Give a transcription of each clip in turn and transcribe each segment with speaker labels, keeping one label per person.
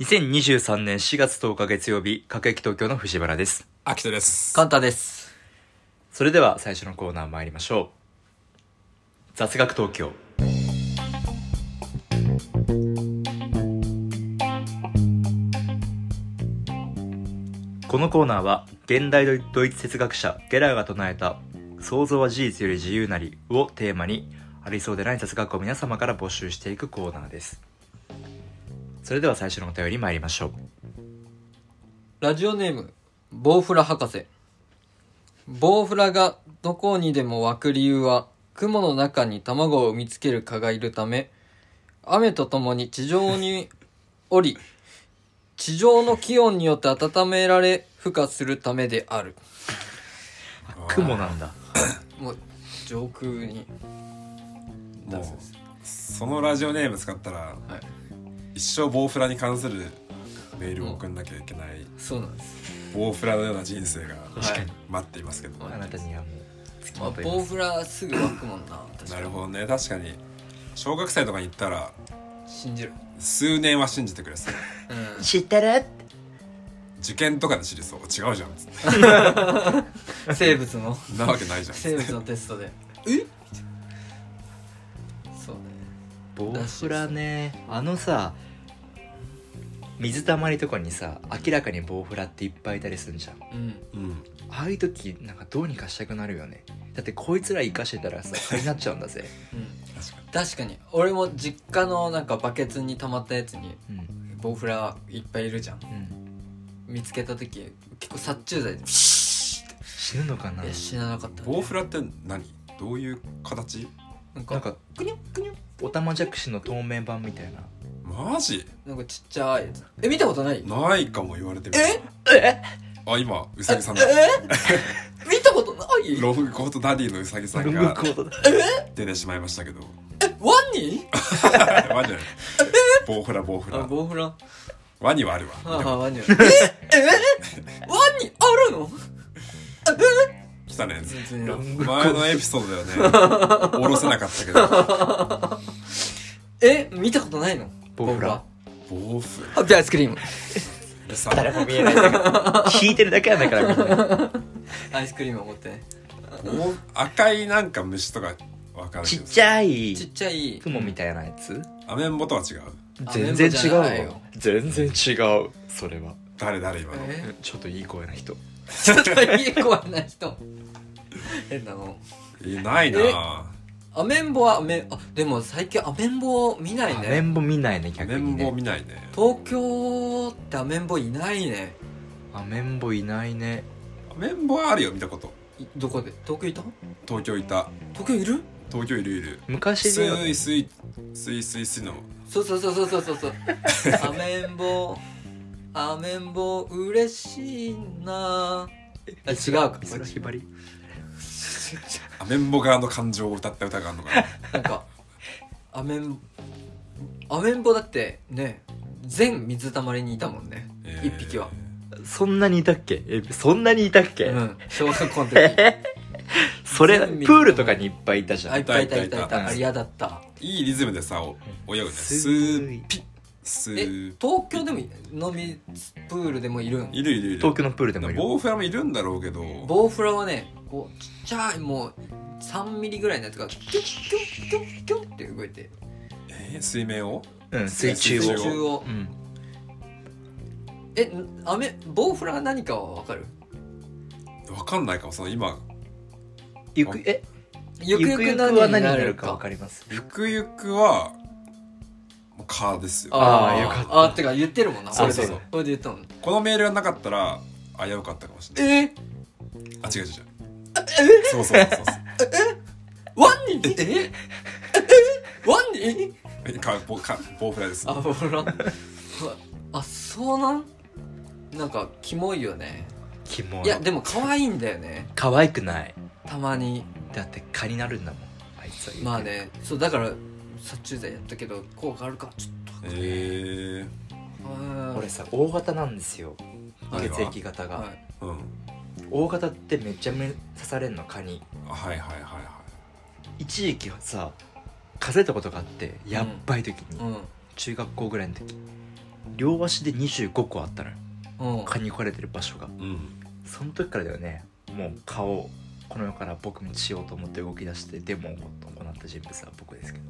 Speaker 1: 2023年4月10日月曜日、各駅東京の藤原です。
Speaker 2: 秋人です
Speaker 3: カンタです。
Speaker 1: それでは最初のコーナー参りましょう。雑学東京。このコーナーは現代ドイツ哲学者ゲラーが唱えた「想像は事実より自由なり」をテーマにありそうでない雑学を皆様から募集していくコーナーですそれでは最初のお便り参りましょう
Speaker 3: ラジオネーム、ボウフラ博士。ボウフラがどこにでも湧く理由は、雲の中に卵を産みつける蚊がいるため、雨とともに地上に降り、 地上の気温によって温められ、孵化するためである。
Speaker 1: 雲なんだ
Speaker 3: もう、上空に。
Speaker 2: もうそのラジオネーム使ったら
Speaker 3: はい。
Speaker 2: 一生ボウフラに関するメールを送んなきゃいけない
Speaker 3: そうなんです。
Speaker 2: ボウフラのような人生が
Speaker 3: 確かに
Speaker 2: 待っていますけど、
Speaker 1: あなたにはもう付き
Speaker 3: まあ、
Speaker 1: まといま
Speaker 3: ボウ
Speaker 1: す
Speaker 3: フラすぐ湧くもんな。確
Speaker 2: な
Speaker 3: か
Speaker 2: る
Speaker 3: に。
Speaker 2: ほどね確かに小学生とかに行ったら
Speaker 3: 信じる。
Speaker 2: 数年は信じてくれそう
Speaker 3: うん。
Speaker 1: 知ってる
Speaker 2: 受験とかで知りそう違うじゃんつって
Speaker 3: 生物の。
Speaker 2: なわけないじゃん つっ
Speaker 3: 生
Speaker 2: て
Speaker 3: 物のテストでえそうね
Speaker 1: ボウフラねあのさ水たまりとかにさ明らかにボウフラっていっぱいいたりするじゃん
Speaker 3: うん
Speaker 2: うん
Speaker 1: ああいう時なんかどうにかしたくなるよねだってこいつら生かしてたらさ蚊になっちゃうんだぜ、
Speaker 3: うん
Speaker 2: 確かに
Speaker 3: 確かに俺も実家のなんかバケツに溜まったやつに
Speaker 1: うん
Speaker 3: ボウフラいっぱいいるじゃん
Speaker 1: うん、
Speaker 3: 見つけた時結構殺虫剤でピシッ
Speaker 1: 死ぬのかな
Speaker 3: ていや死ななかったね
Speaker 2: ボウフラって何どういう形
Speaker 3: なん
Speaker 1: な
Speaker 3: かなんんか
Speaker 1: かくにゅくにゅおたまじゃくしの透明版みたいな
Speaker 2: マジ
Speaker 3: ちっちゃいやつえ見たことない
Speaker 2: ないかも言われてみ
Speaker 3: え
Speaker 1: え
Speaker 2: あ今うさぎさんだ
Speaker 3: え見たことない
Speaker 2: ロングコートダディのうさぎさん
Speaker 1: ロング
Speaker 2: が
Speaker 1: コートだ
Speaker 2: 出てしまいましたけど
Speaker 3: えワニ
Speaker 2: ワニはボウフラボウフ
Speaker 3: あ
Speaker 2: ラ
Speaker 3: ボウフラは
Speaker 2: ワニはあるわ
Speaker 3: あはあワニはええワニあるの
Speaker 2: 来たね
Speaker 3: 全然
Speaker 1: ロングコ
Speaker 2: 前のエピソードではね下ろせなかったけど
Speaker 3: え見たことないの
Speaker 1: ボウフラ
Speaker 2: ボウフ
Speaker 3: ハッピーアイスクリーム
Speaker 2: ラさ
Speaker 1: 誰も見えないんだから引いてるだけやだからみんな
Speaker 3: アイスクリームを持ってね
Speaker 2: ボウ赤いなんか虫とかわかる
Speaker 1: ち
Speaker 2: け
Speaker 1: っ
Speaker 2: ど
Speaker 1: ちゃい
Speaker 3: ちっちゃい
Speaker 1: 雲みたいなやつ
Speaker 2: アメンボとは違う
Speaker 1: 全然違う
Speaker 3: アメンボじゃない
Speaker 1: わ
Speaker 3: よ
Speaker 1: 全然違うそれは
Speaker 2: 誰誰今の
Speaker 3: え
Speaker 1: ちょっといい声な人
Speaker 3: ちょっといい子な人変なの
Speaker 2: えないな
Speaker 3: え
Speaker 2: あ
Speaker 3: アメンボはアメあでも最近アメンボ見ない
Speaker 1: アメ
Speaker 3: ね
Speaker 1: ンボ見ないね
Speaker 2: ア
Speaker 1: 逆
Speaker 2: メ
Speaker 1: に
Speaker 2: ンボ
Speaker 1: ね
Speaker 2: 見ないね
Speaker 3: 東京ってアメンボいないね
Speaker 1: アメンボいないね
Speaker 2: アメンボはあるよ見たこと
Speaker 3: いどこで東京いた
Speaker 2: 東京いた
Speaker 3: 東京いる
Speaker 2: 東京いるいる
Speaker 1: 昔
Speaker 2: ス
Speaker 1: ね
Speaker 2: イスイスイスイスイの
Speaker 3: そうそうそうそうそうそうそう アメンボアメンボ嬉しいなあ違うか
Speaker 1: 美空ひばり
Speaker 2: アメンボ側の感情を歌った歌があるのかな
Speaker 3: なんかアメンアメンボだってね全水たまりにいたもんね
Speaker 2: えー
Speaker 3: 一匹は
Speaker 1: そんなにいたっけえそんなにいたっけ、
Speaker 3: うん小学校の時
Speaker 1: えそれプ
Speaker 3: 全部
Speaker 1: ールとかにいっぱいいたじゃ
Speaker 3: あい
Speaker 1: ん
Speaker 3: っぱいいたいた
Speaker 2: いた
Speaker 3: い
Speaker 2: い
Speaker 3: た
Speaker 1: た
Speaker 3: あれ嫌だった
Speaker 2: いいリズムでさお泳ぐね
Speaker 1: スイ
Speaker 2: スーピッス
Speaker 3: え
Speaker 2: ー
Speaker 3: 東京でも飲みプールでもいるん
Speaker 2: いるいるいる
Speaker 1: 東京のプールでもいる
Speaker 2: ボウフラもいるんだろうけど
Speaker 3: ボウフラはねこうちっちゃいもう3ミリぐらいのやつがキュッキュッキュッキュッって動いて
Speaker 2: えー水面を
Speaker 1: うん水中を
Speaker 3: 水中を
Speaker 1: うん
Speaker 3: えんアメボウフラが何かは分かる
Speaker 2: わかんないかもその今
Speaker 1: ゆくえ
Speaker 3: ゆくゆく何
Speaker 1: は
Speaker 3: に
Speaker 1: 何に
Speaker 3: な
Speaker 1: な
Speaker 3: る
Speaker 1: るか
Speaker 3: か
Speaker 1: わかります
Speaker 2: ゆくゆくはもう蚊ですよ
Speaker 1: あー
Speaker 3: ー
Speaker 1: よかった
Speaker 3: あーてか言ってるもんな
Speaker 2: そう
Speaker 1: そう
Speaker 2: そう
Speaker 3: それで言ったもん
Speaker 2: このメールがなかったら危うかったかもしれない
Speaker 3: え
Speaker 2: あ違う違う違うそうそうそうそ
Speaker 3: ワンニえワンニ
Speaker 2: うかボかボウフラです
Speaker 3: あボウフラあそうなんなんかキモいよね
Speaker 1: キモい
Speaker 3: いやでも可愛いんだよね
Speaker 1: 可愛くない
Speaker 3: たまに
Speaker 1: だって蚊になるんだもんあいつは言うけど
Speaker 3: まあねそうだから殺虫剤やったけど効果あるかちょっと
Speaker 2: えー
Speaker 3: あー
Speaker 1: 俺さ O 型なんですよ
Speaker 2: はい
Speaker 1: 血液型が、
Speaker 3: はい、
Speaker 2: うん
Speaker 1: O 型ってめちゃめちゃ刺されんの蚊に
Speaker 2: あはいはいはいは
Speaker 1: 一時期はさ風邪ったことがあってやっばい時に、
Speaker 3: うん
Speaker 1: 中学校ぐらいの時両足で25個あったのよ
Speaker 3: うん
Speaker 1: 蚊に食われてる場所が
Speaker 2: うん
Speaker 1: その時からだよねもう顔をこの世から僕もしようと思って動き出してデモを行った人物は僕ですけど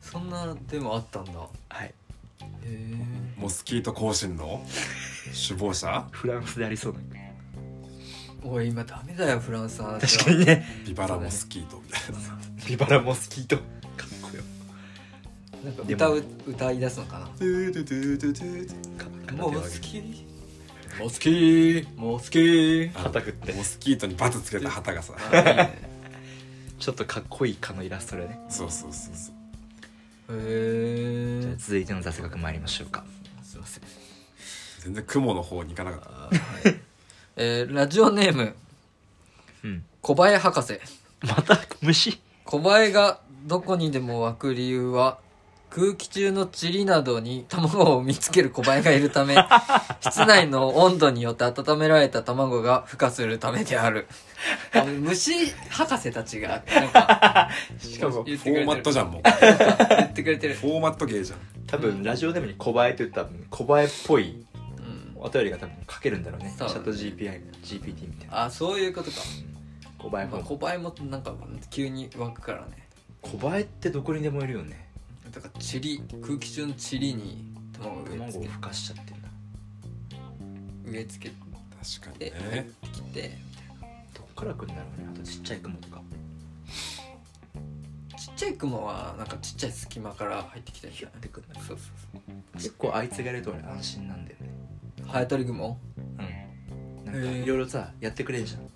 Speaker 3: そんなでもあったんだへ
Speaker 1: はい
Speaker 3: え
Speaker 2: モスキート行進の首謀者
Speaker 1: フランスでありそうな
Speaker 3: おい今ダメだよフランスの話は
Speaker 1: 確かにね
Speaker 2: ビバラモスキートみたいな
Speaker 1: ビバラモスキートかっこよ
Speaker 3: なんか
Speaker 1: で
Speaker 3: 歌
Speaker 1: も
Speaker 3: う歌い出すのか
Speaker 2: ドゥドゥドゥドゥドゥドゥ
Speaker 1: か
Speaker 3: な
Speaker 1: 片
Speaker 3: もう
Speaker 1: 手を
Speaker 3: 好
Speaker 1: 上げて
Speaker 3: きもう好きもう好き
Speaker 1: 旗振って
Speaker 2: モスキートにバツつけた旗がさ
Speaker 3: あいいね
Speaker 1: ちょっとかっこいい蚊のイラストでね
Speaker 2: そうそうそうそう
Speaker 3: へ
Speaker 1: じゃあ
Speaker 3: え
Speaker 1: 続いての雑学参りましょうか
Speaker 3: すいません
Speaker 2: 全然雲の方に行かなかった
Speaker 3: あーはいえーラジオネーム
Speaker 1: うん
Speaker 3: 小林博士
Speaker 1: また虫
Speaker 3: 小林がどこにでも湧く理由は空気中の塵などに卵を見つける小林がいる ため室内の温度によって温められた卵が孵化するためであるあ虫博士たちがなんか
Speaker 1: しかも
Speaker 3: 言っ
Speaker 2: フ
Speaker 3: てくれて
Speaker 2: ォーマ
Speaker 3: る
Speaker 2: ットじゃんもう
Speaker 3: 言ってくれてる、
Speaker 2: フォーマット芸じゃん
Speaker 1: 多分ラジオネームに小映えと言ったら小映えっぽい
Speaker 3: うん、
Speaker 1: お便りが多分書けるんだろうねチ
Speaker 3: そ
Speaker 1: ャ
Speaker 3: うだ
Speaker 1: ッ
Speaker 3: ね
Speaker 1: ト GPI GPT みたいな
Speaker 3: あそういうことか、
Speaker 1: 小映え
Speaker 3: まあ、
Speaker 1: も
Speaker 3: 小林もなんか急に湧くからね
Speaker 1: 小映えってどこにでもいるよね
Speaker 3: だから塵空気中の塵に卵を植え
Speaker 1: 卵
Speaker 3: 付
Speaker 1: を
Speaker 3: け
Speaker 1: 孵化しちゃってんだ
Speaker 3: 植え付け
Speaker 2: 確か
Speaker 3: て
Speaker 2: にね
Speaker 3: 切って
Speaker 1: どっから来るんだろうねあとちっちゃい雲とか
Speaker 3: ちっちゃい雲はなんかちっちゃい隙間から入ってきたり
Speaker 1: ヒュッてくるんだ
Speaker 3: そうそうそう
Speaker 1: 結構あいつがいると俺安心なんだよね
Speaker 3: ハエトリグモ
Speaker 1: うんなんか
Speaker 3: へー
Speaker 1: いろいろさやってくれんじゃん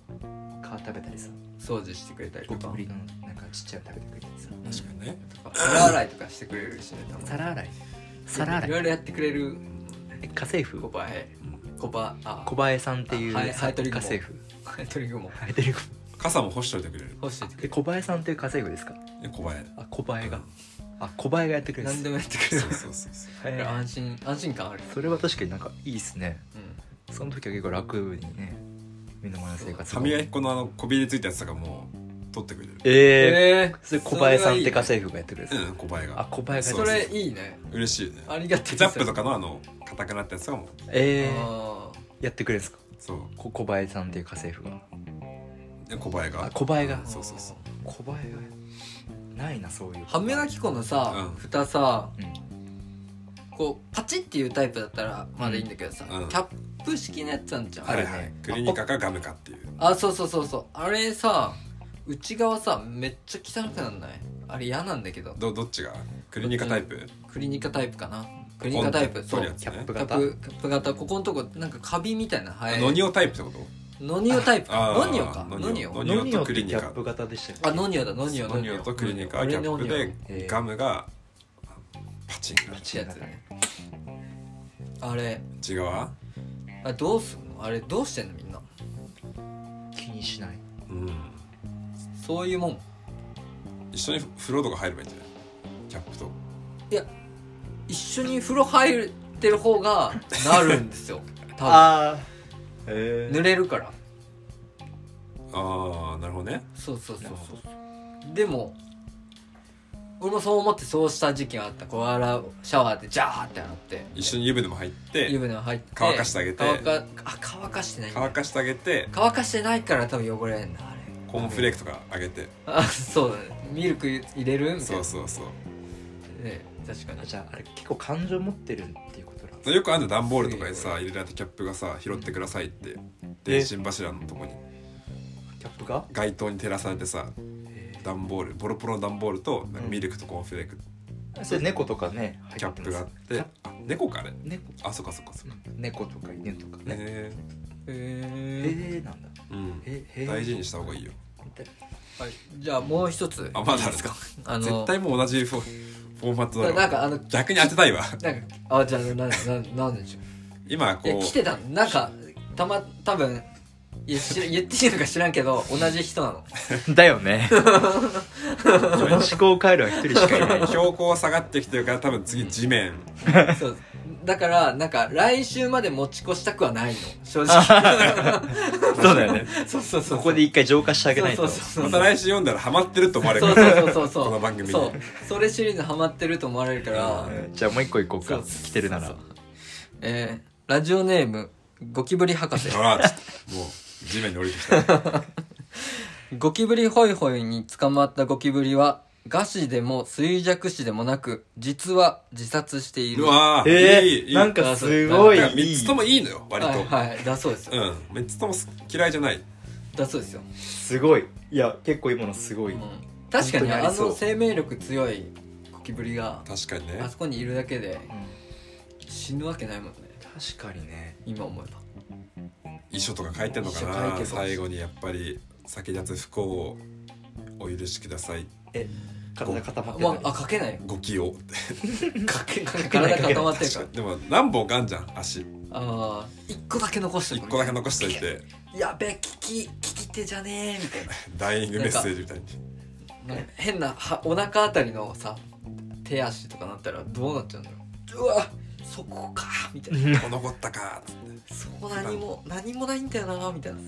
Speaker 1: 皮食べたりさ
Speaker 3: 掃除してくれたりと
Speaker 1: ゴキ
Speaker 3: か
Speaker 1: ブリのなんかちっちゃいの食べてくれたりさ
Speaker 3: うん
Speaker 2: 確かにね
Speaker 3: とか皿洗いとかしてくれるしねたまに
Speaker 1: 皿洗い皿洗
Speaker 3: い
Speaker 1: い
Speaker 3: ろいろやってくれる
Speaker 1: え家政
Speaker 3: コ
Speaker 1: 婦
Speaker 3: バヘコバあ
Speaker 1: 小林さんっていう
Speaker 3: あはい
Speaker 1: さ
Speaker 3: ハエトリグ
Speaker 1: 家
Speaker 3: モ
Speaker 1: 政婦
Speaker 3: ハエトリグモ
Speaker 1: ハエトリグモ
Speaker 2: 傘も干しといてくれる
Speaker 3: 干しててくれ
Speaker 1: え小林さんっていう家政婦ですか
Speaker 2: え小林
Speaker 1: あ小林があ小林がやってくれ
Speaker 3: る
Speaker 1: るん
Speaker 3: 何
Speaker 1: で
Speaker 3: ですもやってくれる
Speaker 2: そうそうそうそう
Speaker 1: へー
Speaker 3: 安心安心感ある
Speaker 1: それは確かになんかいいっすね
Speaker 3: うん
Speaker 1: その時は結構楽にね身の回りの生活
Speaker 2: 歯磨き粉のあのこびりついたやつとかも取ってくれる
Speaker 1: ええ
Speaker 3: え
Speaker 1: それ小林さんって家
Speaker 3: か
Speaker 1: 政婦がやってくれるんですか
Speaker 2: うん小林
Speaker 1: あ
Speaker 2: が
Speaker 1: 小林
Speaker 3: そ
Speaker 1: がやって
Speaker 3: れいいね
Speaker 2: 嬉しいね
Speaker 3: ありがて
Speaker 2: ケ
Speaker 3: え
Speaker 2: チャップとかのあの硬くなったやつとかも
Speaker 1: くれるええ
Speaker 3: あ
Speaker 1: やってくれるんですか
Speaker 2: そう
Speaker 1: こ小林さんっていう家政婦が
Speaker 2: で小林
Speaker 1: あ
Speaker 2: が
Speaker 1: 小林が
Speaker 3: ー
Speaker 2: そうそうそう
Speaker 1: 小林がないなそういう
Speaker 3: 歯磨き粉のさ
Speaker 2: うん
Speaker 3: 蓋さ
Speaker 1: うん
Speaker 3: こうパチっていうタイプだったらまだいいんだけどさ、
Speaker 2: うん
Speaker 3: キャップ式のやつあんじゃん
Speaker 1: あるね
Speaker 2: はいはいクリニカかガムかっていう
Speaker 3: あそうそうそうそうあれさ内側さめっちゃ汚くなんないあれ嫌なんだけど
Speaker 2: どどっちがクリニカタイプ
Speaker 3: クリニカタイプかなクリニカタイプそ
Speaker 2: 取
Speaker 3: う
Speaker 2: るや
Speaker 3: キ
Speaker 2: つ
Speaker 1: キャッ
Speaker 2: ね
Speaker 1: プ
Speaker 3: ャッ
Speaker 1: 型
Speaker 3: プキャップ型ここのとこなんかカビみたいな生え
Speaker 2: ノニオタイプってこと
Speaker 3: ノニオタイプか
Speaker 2: あー
Speaker 3: ノニオかノ
Speaker 2: ノ
Speaker 3: ニ
Speaker 2: ニ
Speaker 3: オ
Speaker 2: オ
Speaker 1: ノ
Speaker 2: ノニオ
Speaker 1: ニオ
Speaker 2: と
Speaker 1: って
Speaker 2: ク
Speaker 1: キ
Speaker 2: リニ
Speaker 1: ャ
Speaker 2: カ
Speaker 1: ップ型でしたっけ
Speaker 3: あノニオだノニオ
Speaker 2: ノニオとクリニカはキャップ
Speaker 3: 俺ノニ
Speaker 1: え
Speaker 2: で
Speaker 1: ー
Speaker 2: ガムがあのパチン
Speaker 3: オってやつねあれ
Speaker 2: 違うわ
Speaker 3: あれどうすんのあれどうしてんのみんな
Speaker 1: 気にしない
Speaker 2: うん
Speaker 3: そういうもん
Speaker 2: 一緒に風呂とか入ればいいんじゃないキャップと
Speaker 3: いや一緒に風呂入ってる方がなるん ですよ多分
Speaker 1: ああへ
Speaker 3: 濡れるから
Speaker 2: ああなるほどね
Speaker 3: そうそうそう
Speaker 1: なるほ
Speaker 3: そうでも俺もそう思ってそうした時期があったこう洗うシャワーでジャーって洗って
Speaker 2: 一緒に湯船も入って
Speaker 3: 湯船入って
Speaker 2: 乾かしてあげて
Speaker 3: 乾かあ乾かしてないんだ
Speaker 2: 乾かしてあげて
Speaker 3: 乾かしてないから多分汚れんだあれ
Speaker 2: コーンフレークとかあげて
Speaker 3: あそうだねミルク入れるみたい
Speaker 2: そ
Speaker 3: な
Speaker 2: うそうそう
Speaker 3: ね確かに
Speaker 1: じゃああれ結構感情持ってるっていうことなんですね
Speaker 2: よくあるの段ボールとかにさ入れられたキャップがさ拾ってくださいって電信柱のとこに
Speaker 1: キャップが
Speaker 2: 街灯に照らされてさ段ボールボロボロの段ボールとなんか
Speaker 1: うん
Speaker 2: ミルクとコーンフレーク
Speaker 1: それ猫とかね
Speaker 2: キャップがあっ
Speaker 1: キ
Speaker 2: て
Speaker 1: ャッ
Speaker 2: あ猫かあれ
Speaker 1: 猫
Speaker 2: あそっかそっかそっか
Speaker 1: 猫とか犬とかね
Speaker 2: へ
Speaker 3: え
Speaker 1: えーなんだ
Speaker 2: えうん
Speaker 1: えへー
Speaker 2: 大事にした方がいいよ
Speaker 3: はいじゃあもう一つ
Speaker 2: あまだあるんですか
Speaker 3: あの
Speaker 2: 絶対もう同じフォフォーマットだろ
Speaker 3: なんかあの
Speaker 2: 逆に当てたいわ
Speaker 3: なんかあじゃあなななんでしょう
Speaker 2: 今
Speaker 3: いや
Speaker 2: こ
Speaker 3: 来
Speaker 2: う
Speaker 3: てたのなんかたま多分いや知 ら言っていいのか知らんけど同じ人なの
Speaker 1: だよね思考回路は一人しかいない
Speaker 2: 標高下がってきてるから多分次地面
Speaker 3: そうだからなんか来週まで持ち越したくはないの正直
Speaker 1: そうだよね
Speaker 3: そうそうそうそう
Speaker 1: ここで一回浄化してあげないと
Speaker 3: そうそうそう
Speaker 2: また来週読んだらハマってると思われる
Speaker 3: そう
Speaker 2: から
Speaker 3: そうそうそう
Speaker 2: この番組に
Speaker 3: そうそれシリーズハマってると思われるから
Speaker 1: うんじゃあもう一個行こう
Speaker 3: そう
Speaker 1: か
Speaker 3: そうそう
Speaker 1: 来てるなら
Speaker 3: えー、ラジオネームゴキブリ博士
Speaker 2: ほらちょもう地面に降りてきた
Speaker 3: ゴキブリホイホイに捕まったゴキブリは餓死でも衰弱死でもなく実は自殺している
Speaker 2: うわーいいいい
Speaker 1: なんかすごい
Speaker 2: なんか3つともいいのよ割と、
Speaker 3: はいはいだそうですよ、
Speaker 2: うん3つとも嫌いじゃない
Speaker 3: だそうですよ、
Speaker 1: すごいいや結構今のすご
Speaker 3: う
Speaker 1: い
Speaker 3: ん、確
Speaker 1: 本当
Speaker 3: かに
Speaker 1: にあ
Speaker 3: あ
Speaker 1: りそう
Speaker 3: の生命力強いゴキブリが
Speaker 2: 確かにね
Speaker 3: あそこにいるだけで
Speaker 1: 確
Speaker 3: 死ぬわけないもんね
Speaker 1: かにね
Speaker 3: 今思えば
Speaker 2: 遺書とか書いてんのか
Speaker 3: 遺書書いてるか
Speaker 2: な
Speaker 3: もしれない
Speaker 2: 最後にやっぱり先立つ不幸をお許しください
Speaker 1: え体固まって
Speaker 3: まあ、
Speaker 1: た
Speaker 3: あかけないよ
Speaker 2: ご起用って
Speaker 3: かけかけ
Speaker 1: けない
Speaker 3: 体固まってる
Speaker 2: 確
Speaker 3: か
Speaker 2: からにでも何本かあんじゃん足
Speaker 3: ああ一個だけ残して
Speaker 2: 1個だけ残しといて
Speaker 3: やべえ聞き聞き手じゃねえみたい
Speaker 2: ダイイングメッセージみたいに
Speaker 3: ななんか変なはお腹あたりのさ手足とかなったらどうなっちゃうんだろううわそこかみたいな
Speaker 2: 「お残ったか」っつって
Speaker 3: そう何も何もないんだよなみたいな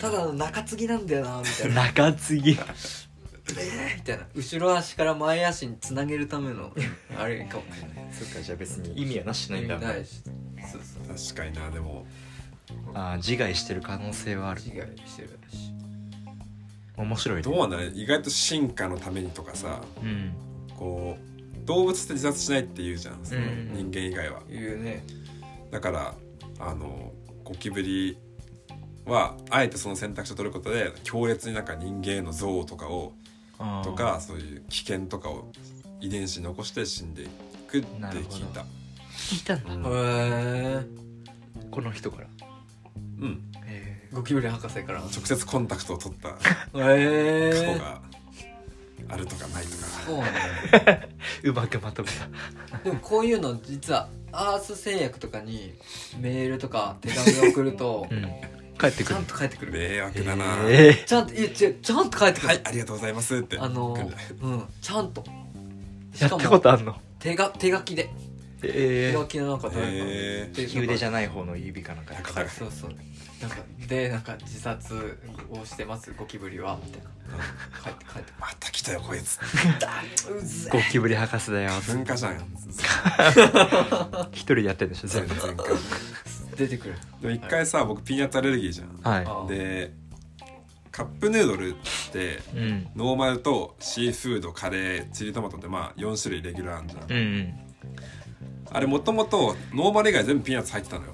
Speaker 3: ただの中継ぎなんだよなみたいな
Speaker 1: 中継ぎ
Speaker 3: えーみたいな後ろ足から前足につなげるためのあれかもしれない
Speaker 1: そっかじゃあ別に意味はなしないんだ
Speaker 3: 意味ないしそうそう
Speaker 2: 確かになでも
Speaker 1: あー自害してる可能性はある
Speaker 3: 違いしてるし
Speaker 1: 面白い
Speaker 2: ど
Speaker 1: ね
Speaker 2: うなんだろう意外と進化のためにとかさ
Speaker 1: うん
Speaker 2: こう動物って自殺しないって言うじゃんその
Speaker 1: うん
Speaker 2: 人間以外は、
Speaker 3: 言うね
Speaker 2: だからあのゴキブリはあえてその選択肢を取ることで強烈になんか人間への憎悪とかを
Speaker 1: あー
Speaker 2: とかそういう危険とかを遺伝子に残して死んでいくって
Speaker 1: なるほど
Speaker 2: 聞いた
Speaker 1: 聞いたんだ
Speaker 2: う
Speaker 3: へえ
Speaker 2: ん、
Speaker 1: この人から
Speaker 2: うん
Speaker 1: え
Speaker 3: ゴキブリ博士から
Speaker 2: 直接コンタクトを取った
Speaker 3: へ
Speaker 2: 過去
Speaker 3: え
Speaker 2: があるとかないとか
Speaker 3: そうなんだ
Speaker 1: ーうまくまとめた
Speaker 3: でもこういうの実はアース製薬とかにメールとか手紙を送ると
Speaker 1: うん帰って
Speaker 3: ち
Speaker 1: くる
Speaker 3: ゃんと返ってくる
Speaker 2: 迷惑だな、
Speaker 1: えー
Speaker 3: ちゃんといやちゃちゃんと返ってくる、
Speaker 2: はいありがとうございますって
Speaker 3: あの
Speaker 2: 来
Speaker 3: ー
Speaker 2: る
Speaker 3: うんちゃんと
Speaker 1: やったことあんの
Speaker 3: 手が手書きで手
Speaker 1: え
Speaker 3: 書きのなんか誰か
Speaker 2: へー
Speaker 3: で
Speaker 1: えー、腕じ
Speaker 3: ゃ
Speaker 1: ゃない方の指かなんかにかかる
Speaker 3: そうそうなんかでなんか自殺をしてますゴキブリはみたいな帰って帰って
Speaker 2: また来たよこいつ
Speaker 3: くるうぜ
Speaker 1: ゴキブリ博士だよ
Speaker 2: 文化じゃん
Speaker 1: 一人でやってるんでしょ全
Speaker 2: 全
Speaker 1: 部
Speaker 2: 然
Speaker 3: 出てくる
Speaker 2: でも一回さ僕ピーナッツアレルギーじゃん
Speaker 1: は
Speaker 3: あ
Speaker 2: でカップヌードルって
Speaker 1: いうん
Speaker 2: ノーマルとシーフードカレーチリトマトってまあ4種類レギュラーあんじゃん
Speaker 1: うんうん
Speaker 2: あれもともとノーマル以外全部ピーナッツ入ってたのよ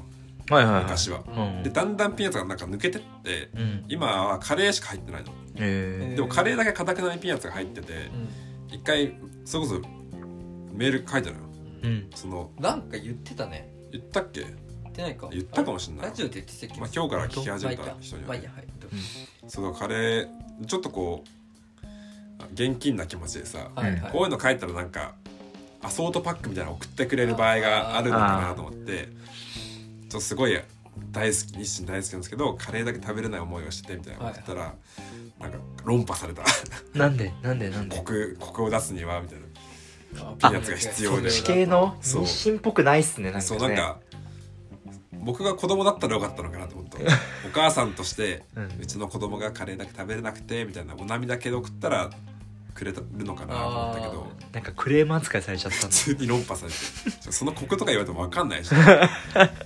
Speaker 1: はいはいはい
Speaker 2: 昔は、
Speaker 1: うん
Speaker 2: でだんだんピーナッツがなんか抜けてって
Speaker 1: うん
Speaker 2: 今はカレーしか入ってないの
Speaker 1: え
Speaker 3: え
Speaker 2: でもカレーだけかたくなにピーナッツが入ってて
Speaker 3: うん
Speaker 2: 一回それこそメール書いたのよ
Speaker 1: ーうん
Speaker 2: その
Speaker 3: なんか言ってたね
Speaker 2: 言ったっけ
Speaker 3: 言ってないか
Speaker 2: 言ったかもしんない
Speaker 3: ラジオで言ってたっけ
Speaker 2: まあ今日から聞き始めた人に
Speaker 3: まあ
Speaker 2: はい
Speaker 3: いやはいどうぞ
Speaker 2: そのカレーちょっとこうあ現金な気持ちでさ
Speaker 3: はいはい
Speaker 2: こういうの書いたらなんかアソートパックみたいなの送ってくれる場合があるのかなと思ってちょっとすごい大好き日清大好きなんですけどカレーだけ食べれない思いをしててみたいなこと言ったら、なんか論破された
Speaker 1: なんでなんでなんで
Speaker 2: コクコクを出すにはみたいな
Speaker 3: ピ
Speaker 2: ーナッツが必要で
Speaker 1: 地形の日
Speaker 2: そう
Speaker 1: 清っぽくないっすねなんか
Speaker 2: そ
Speaker 1: ね
Speaker 2: うなんか僕が子供だったらよかったのかなと 思ったお母さんとして、う
Speaker 1: うん
Speaker 2: ちの子供がカレーだけ食べれなくてみたいなお涙だけで送ったらくれるのかなと思ったけど
Speaker 1: なんかクレーム扱い されちゃったんだ
Speaker 2: 普通に論破されてそのコクとか言われても分かんないし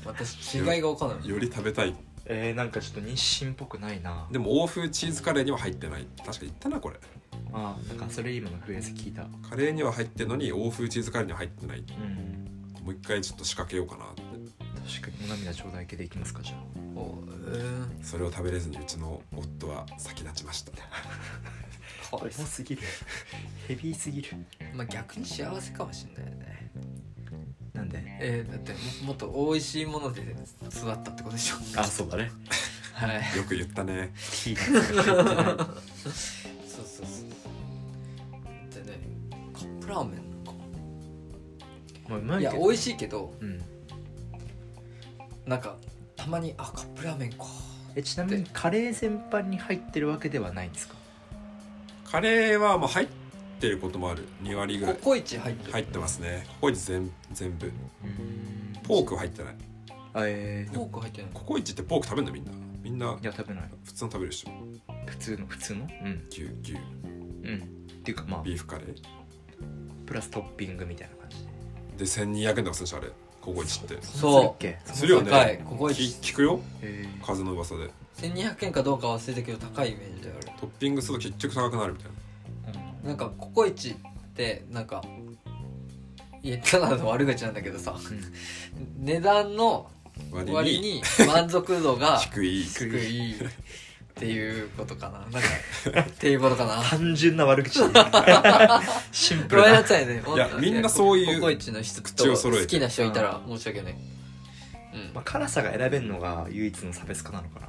Speaker 3: 私違いが分かん ない
Speaker 2: より食べたい
Speaker 1: えー、なんかちょっと日清っぽくないな
Speaker 2: でも欧風チーズカレーには入ってない確か言ったなこれ
Speaker 1: あーなんかそれ今のフレーズ聞いたう
Speaker 2: カレーには入ってるのに欧風チーズカレーには入ってない
Speaker 1: ん
Speaker 2: もう一回ちょっと仕掛けようかなって
Speaker 1: 確かにお涙頂戴系でいきますかじゃ
Speaker 3: おえー
Speaker 2: それを食べれずにうちの夫は先立ちました
Speaker 1: あ重すぎる ヘビーすぎる
Speaker 3: まあ逆に幸せかもしれないね
Speaker 1: なんで
Speaker 3: えー、だってももっと美味しいもので育ったってことでしょ
Speaker 1: あそうだね
Speaker 3: はい
Speaker 2: よく言ったね
Speaker 1: 聞いた
Speaker 3: そうそうそうでねカップラーメンなんか
Speaker 1: まあうまい
Speaker 3: い
Speaker 1: け
Speaker 3: や
Speaker 1: ど
Speaker 3: 美味しいけど
Speaker 1: うん
Speaker 3: なんかたまにあカップラーメンか
Speaker 1: えちなみにカレー全般に入ってるわけではないんですか
Speaker 2: カレーはまあ入ってってることもある2割ぐら
Speaker 3: コ
Speaker 2: い
Speaker 3: コイチ入ってる、
Speaker 2: 入ってますねココイチ全全部ポークは入ってない
Speaker 1: あえ
Speaker 3: フォーク入ってない
Speaker 2: ココイチってポーク食べるのみんなみんな
Speaker 1: ー、いや食べない
Speaker 2: 普通の食べるでしょ
Speaker 1: 普通の普通のうん
Speaker 2: 牛牛
Speaker 1: うんっていうかまあ
Speaker 2: ビーフカレー
Speaker 1: プラストッピングみたいな感じで
Speaker 2: で1200円とかするでしょあれココイチって
Speaker 3: そう
Speaker 1: するっけ
Speaker 2: するよね
Speaker 3: 高いココイ
Speaker 2: き
Speaker 3: チ
Speaker 2: 聞くよ
Speaker 1: え
Speaker 2: 風の噂で
Speaker 3: 1200円かどうか忘れたけど高いイメージだよあ
Speaker 2: トッピングすると結局高くなるみたいな
Speaker 3: れなんかココイチってなんか言ったら悪口なんだけどさ値段の
Speaker 2: 割に
Speaker 3: 割に満足度が
Speaker 2: 低 い
Speaker 3: 低いっていうことかな なんかっていうことかな
Speaker 1: 単純な悪口シンプル
Speaker 3: ごめん
Speaker 1: な
Speaker 3: なさいね
Speaker 2: いやみんなそういう
Speaker 3: ココイチの人と
Speaker 2: 口を揃えて
Speaker 3: 好きな人いたら申し訳ないうん
Speaker 1: まあ、辛さが選べるのが唯一の差別化なのかな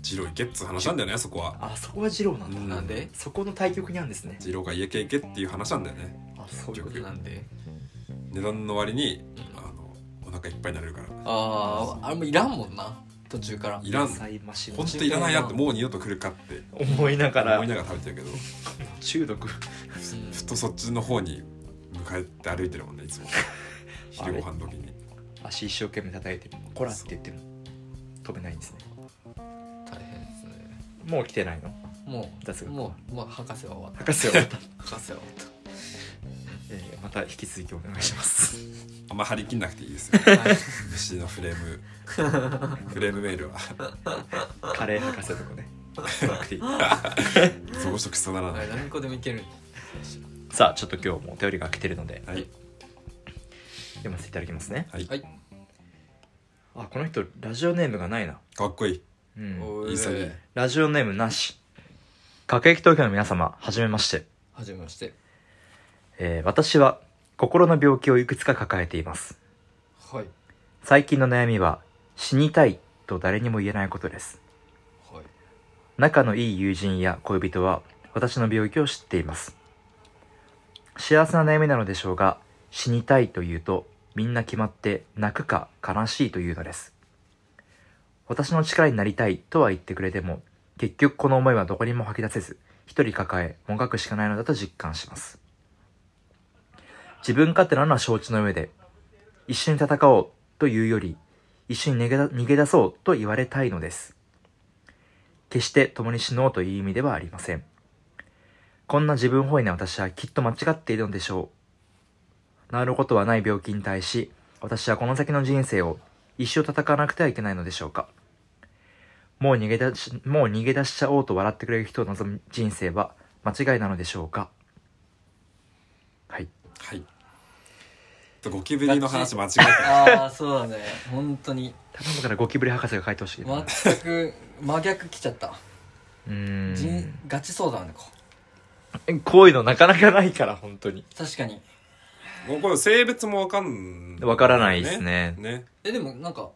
Speaker 2: ジロー行けっつう話なんだよねそこは
Speaker 1: あそこは二郎なんだ、
Speaker 2: うん
Speaker 3: なんで
Speaker 1: そこの対局にあるんですね
Speaker 2: ジローが家系行けっていう話なんだよね
Speaker 1: あそういうこと
Speaker 3: なんで
Speaker 2: 値段の割にあのお腹いっぱいになれるから
Speaker 3: あああれもいらんもんな途中から
Speaker 2: いらん
Speaker 1: 野菜増し
Speaker 2: 本当いらないやってもう二度と来るかって
Speaker 1: 思いながら
Speaker 2: 思いながら食べてるけど
Speaker 1: 中毒
Speaker 3: うん
Speaker 2: ふとそっちの方に向かって歩いてるもんねいつも昼ご飯の時に
Speaker 1: 足一生懸命叩いてるこらって言っても飛べないんですね
Speaker 3: 大変ですね
Speaker 1: もう来てないの
Speaker 3: も
Speaker 1: 雑
Speaker 3: う
Speaker 1: 学
Speaker 3: もう、まあ、博士は終わっ
Speaker 1: 博士は終わった、
Speaker 3: た博士は終わった
Speaker 1: えーまた引き続きお願いします
Speaker 2: あんま張り切んなくていいですよ
Speaker 3: はい
Speaker 2: 虫のフレームフレームメールは
Speaker 1: カレー博士とかね
Speaker 2: 増殖しそうだな
Speaker 3: あ
Speaker 2: は
Speaker 3: れ何個でもいける
Speaker 1: さあちょっと今日もお便りが来てるので
Speaker 2: い
Speaker 1: 読ませていただきますね
Speaker 2: はい
Speaker 3: はい
Speaker 1: あこの人ラジオネームがないな
Speaker 2: かっこいい
Speaker 1: うん
Speaker 3: お
Speaker 2: いいさ
Speaker 3: ー
Speaker 2: ね
Speaker 1: ラジオネームなし各駅東京の皆様はじめまして
Speaker 3: はじめまして
Speaker 1: えー私は心の病気をいくつか抱えています
Speaker 3: はい
Speaker 1: 最近の悩みは死にたいと誰にも言えないことです
Speaker 3: はい
Speaker 1: 仲のいい友人や恋人は私の病気を知っています幸せな悩みなのでしょうが死にたいというとみんな決まって泣くか悲しいというのです私の力になりたいとは言ってくれても結局この思いはどこにも吐き出せず一人抱えもがくしかないのだと実感します自分勝手なのは承知の上で一緒に戦おうというより一緒に逃げだ逃げ出そうと言われたいのです決して共に死のうという意味ではありません。こんな自分本位な私はきっと間違っているのでしょう。治ることはない病気に対し、私はこの先の人生を一生戦わなくてはいけないのでしょうか。もう逃げ出し、もう逃げ出しちゃおうと笑ってくれる人を望む人生は間違いなのでしょうか。はい。
Speaker 2: はいとゴキブリの話間違えた
Speaker 3: ああそうだね本当に
Speaker 1: 頼むからゴキブリ博士が書いてほしいな。う
Speaker 3: 全く真逆来ちゃった
Speaker 1: ー
Speaker 3: 人
Speaker 1: ん。
Speaker 3: ガチそうだねこ
Speaker 1: こういうのなかなかないから、本当に。
Speaker 3: 確かに
Speaker 2: もうこれ性別もわかん
Speaker 1: わからないですね
Speaker 2: ね
Speaker 3: えでもなんか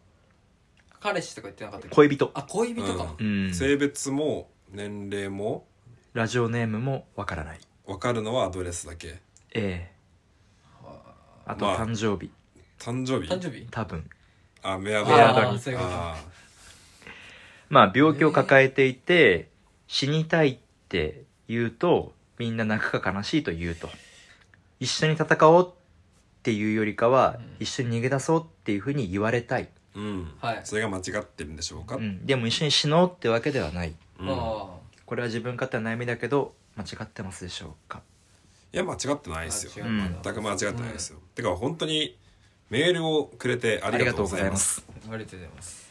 Speaker 3: 彼氏とか言ってなかったっけ
Speaker 1: 恋人。
Speaker 3: あ恋人か、
Speaker 2: う
Speaker 1: うん。
Speaker 2: 性別も年齢も
Speaker 1: ラジオネームもわからない。
Speaker 2: わかるのはアドレスだけ
Speaker 1: ええあと
Speaker 2: まあ
Speaker 1: 誕生日、
Speaker 2: 誕生日
Speaker 3: 誕生日
Speaker 1: 多分
Speaker 2: あメアド
Speaker 1: メアドに
Speaker 3: あーそういうこと
Speaker 2: あ
Speaker 1: まあ病気を抱えていて、死にたいって言うとみんな泣くか悲しいと言うと一緒に戦おうっていうよりかは、
Speaker 3: うん
Speaker 1: 一緒に逃げ出そうっていうふうに言われたい、
Speaker 2: ーうん、
Speaker 3: はい
Speaker 2: それが間違ってるんでしょうか、
Speaker 1: うん、でも一緒に死のうってわけではない
Speaker 2: うん
Speaker 3: あ
Speaker 1: これは自分勝手な悩みだけど間違ってますでしょうか
Speaker 2: いや間違ってないですよ
Speaker 3: あ違
Speaker 1: う
Speaker 3: か
Speaker 1: ん
Speaker 2: 全く間違ってないですよ、てか本当にメールをくれてあ
Speaker 1: あ
Speaker 2: り
Speaker 1: り
Speaker 2: が
Speaker 1: がと
Speaker 2: とう
Speaker 1: うご
Speaker 2: ござ
Speaker 1: ざ
Speaker 2: い
Speaker 1: い
Speaker 2: ま
Speaker 1: ますす
Speaker 3: ありがとうございます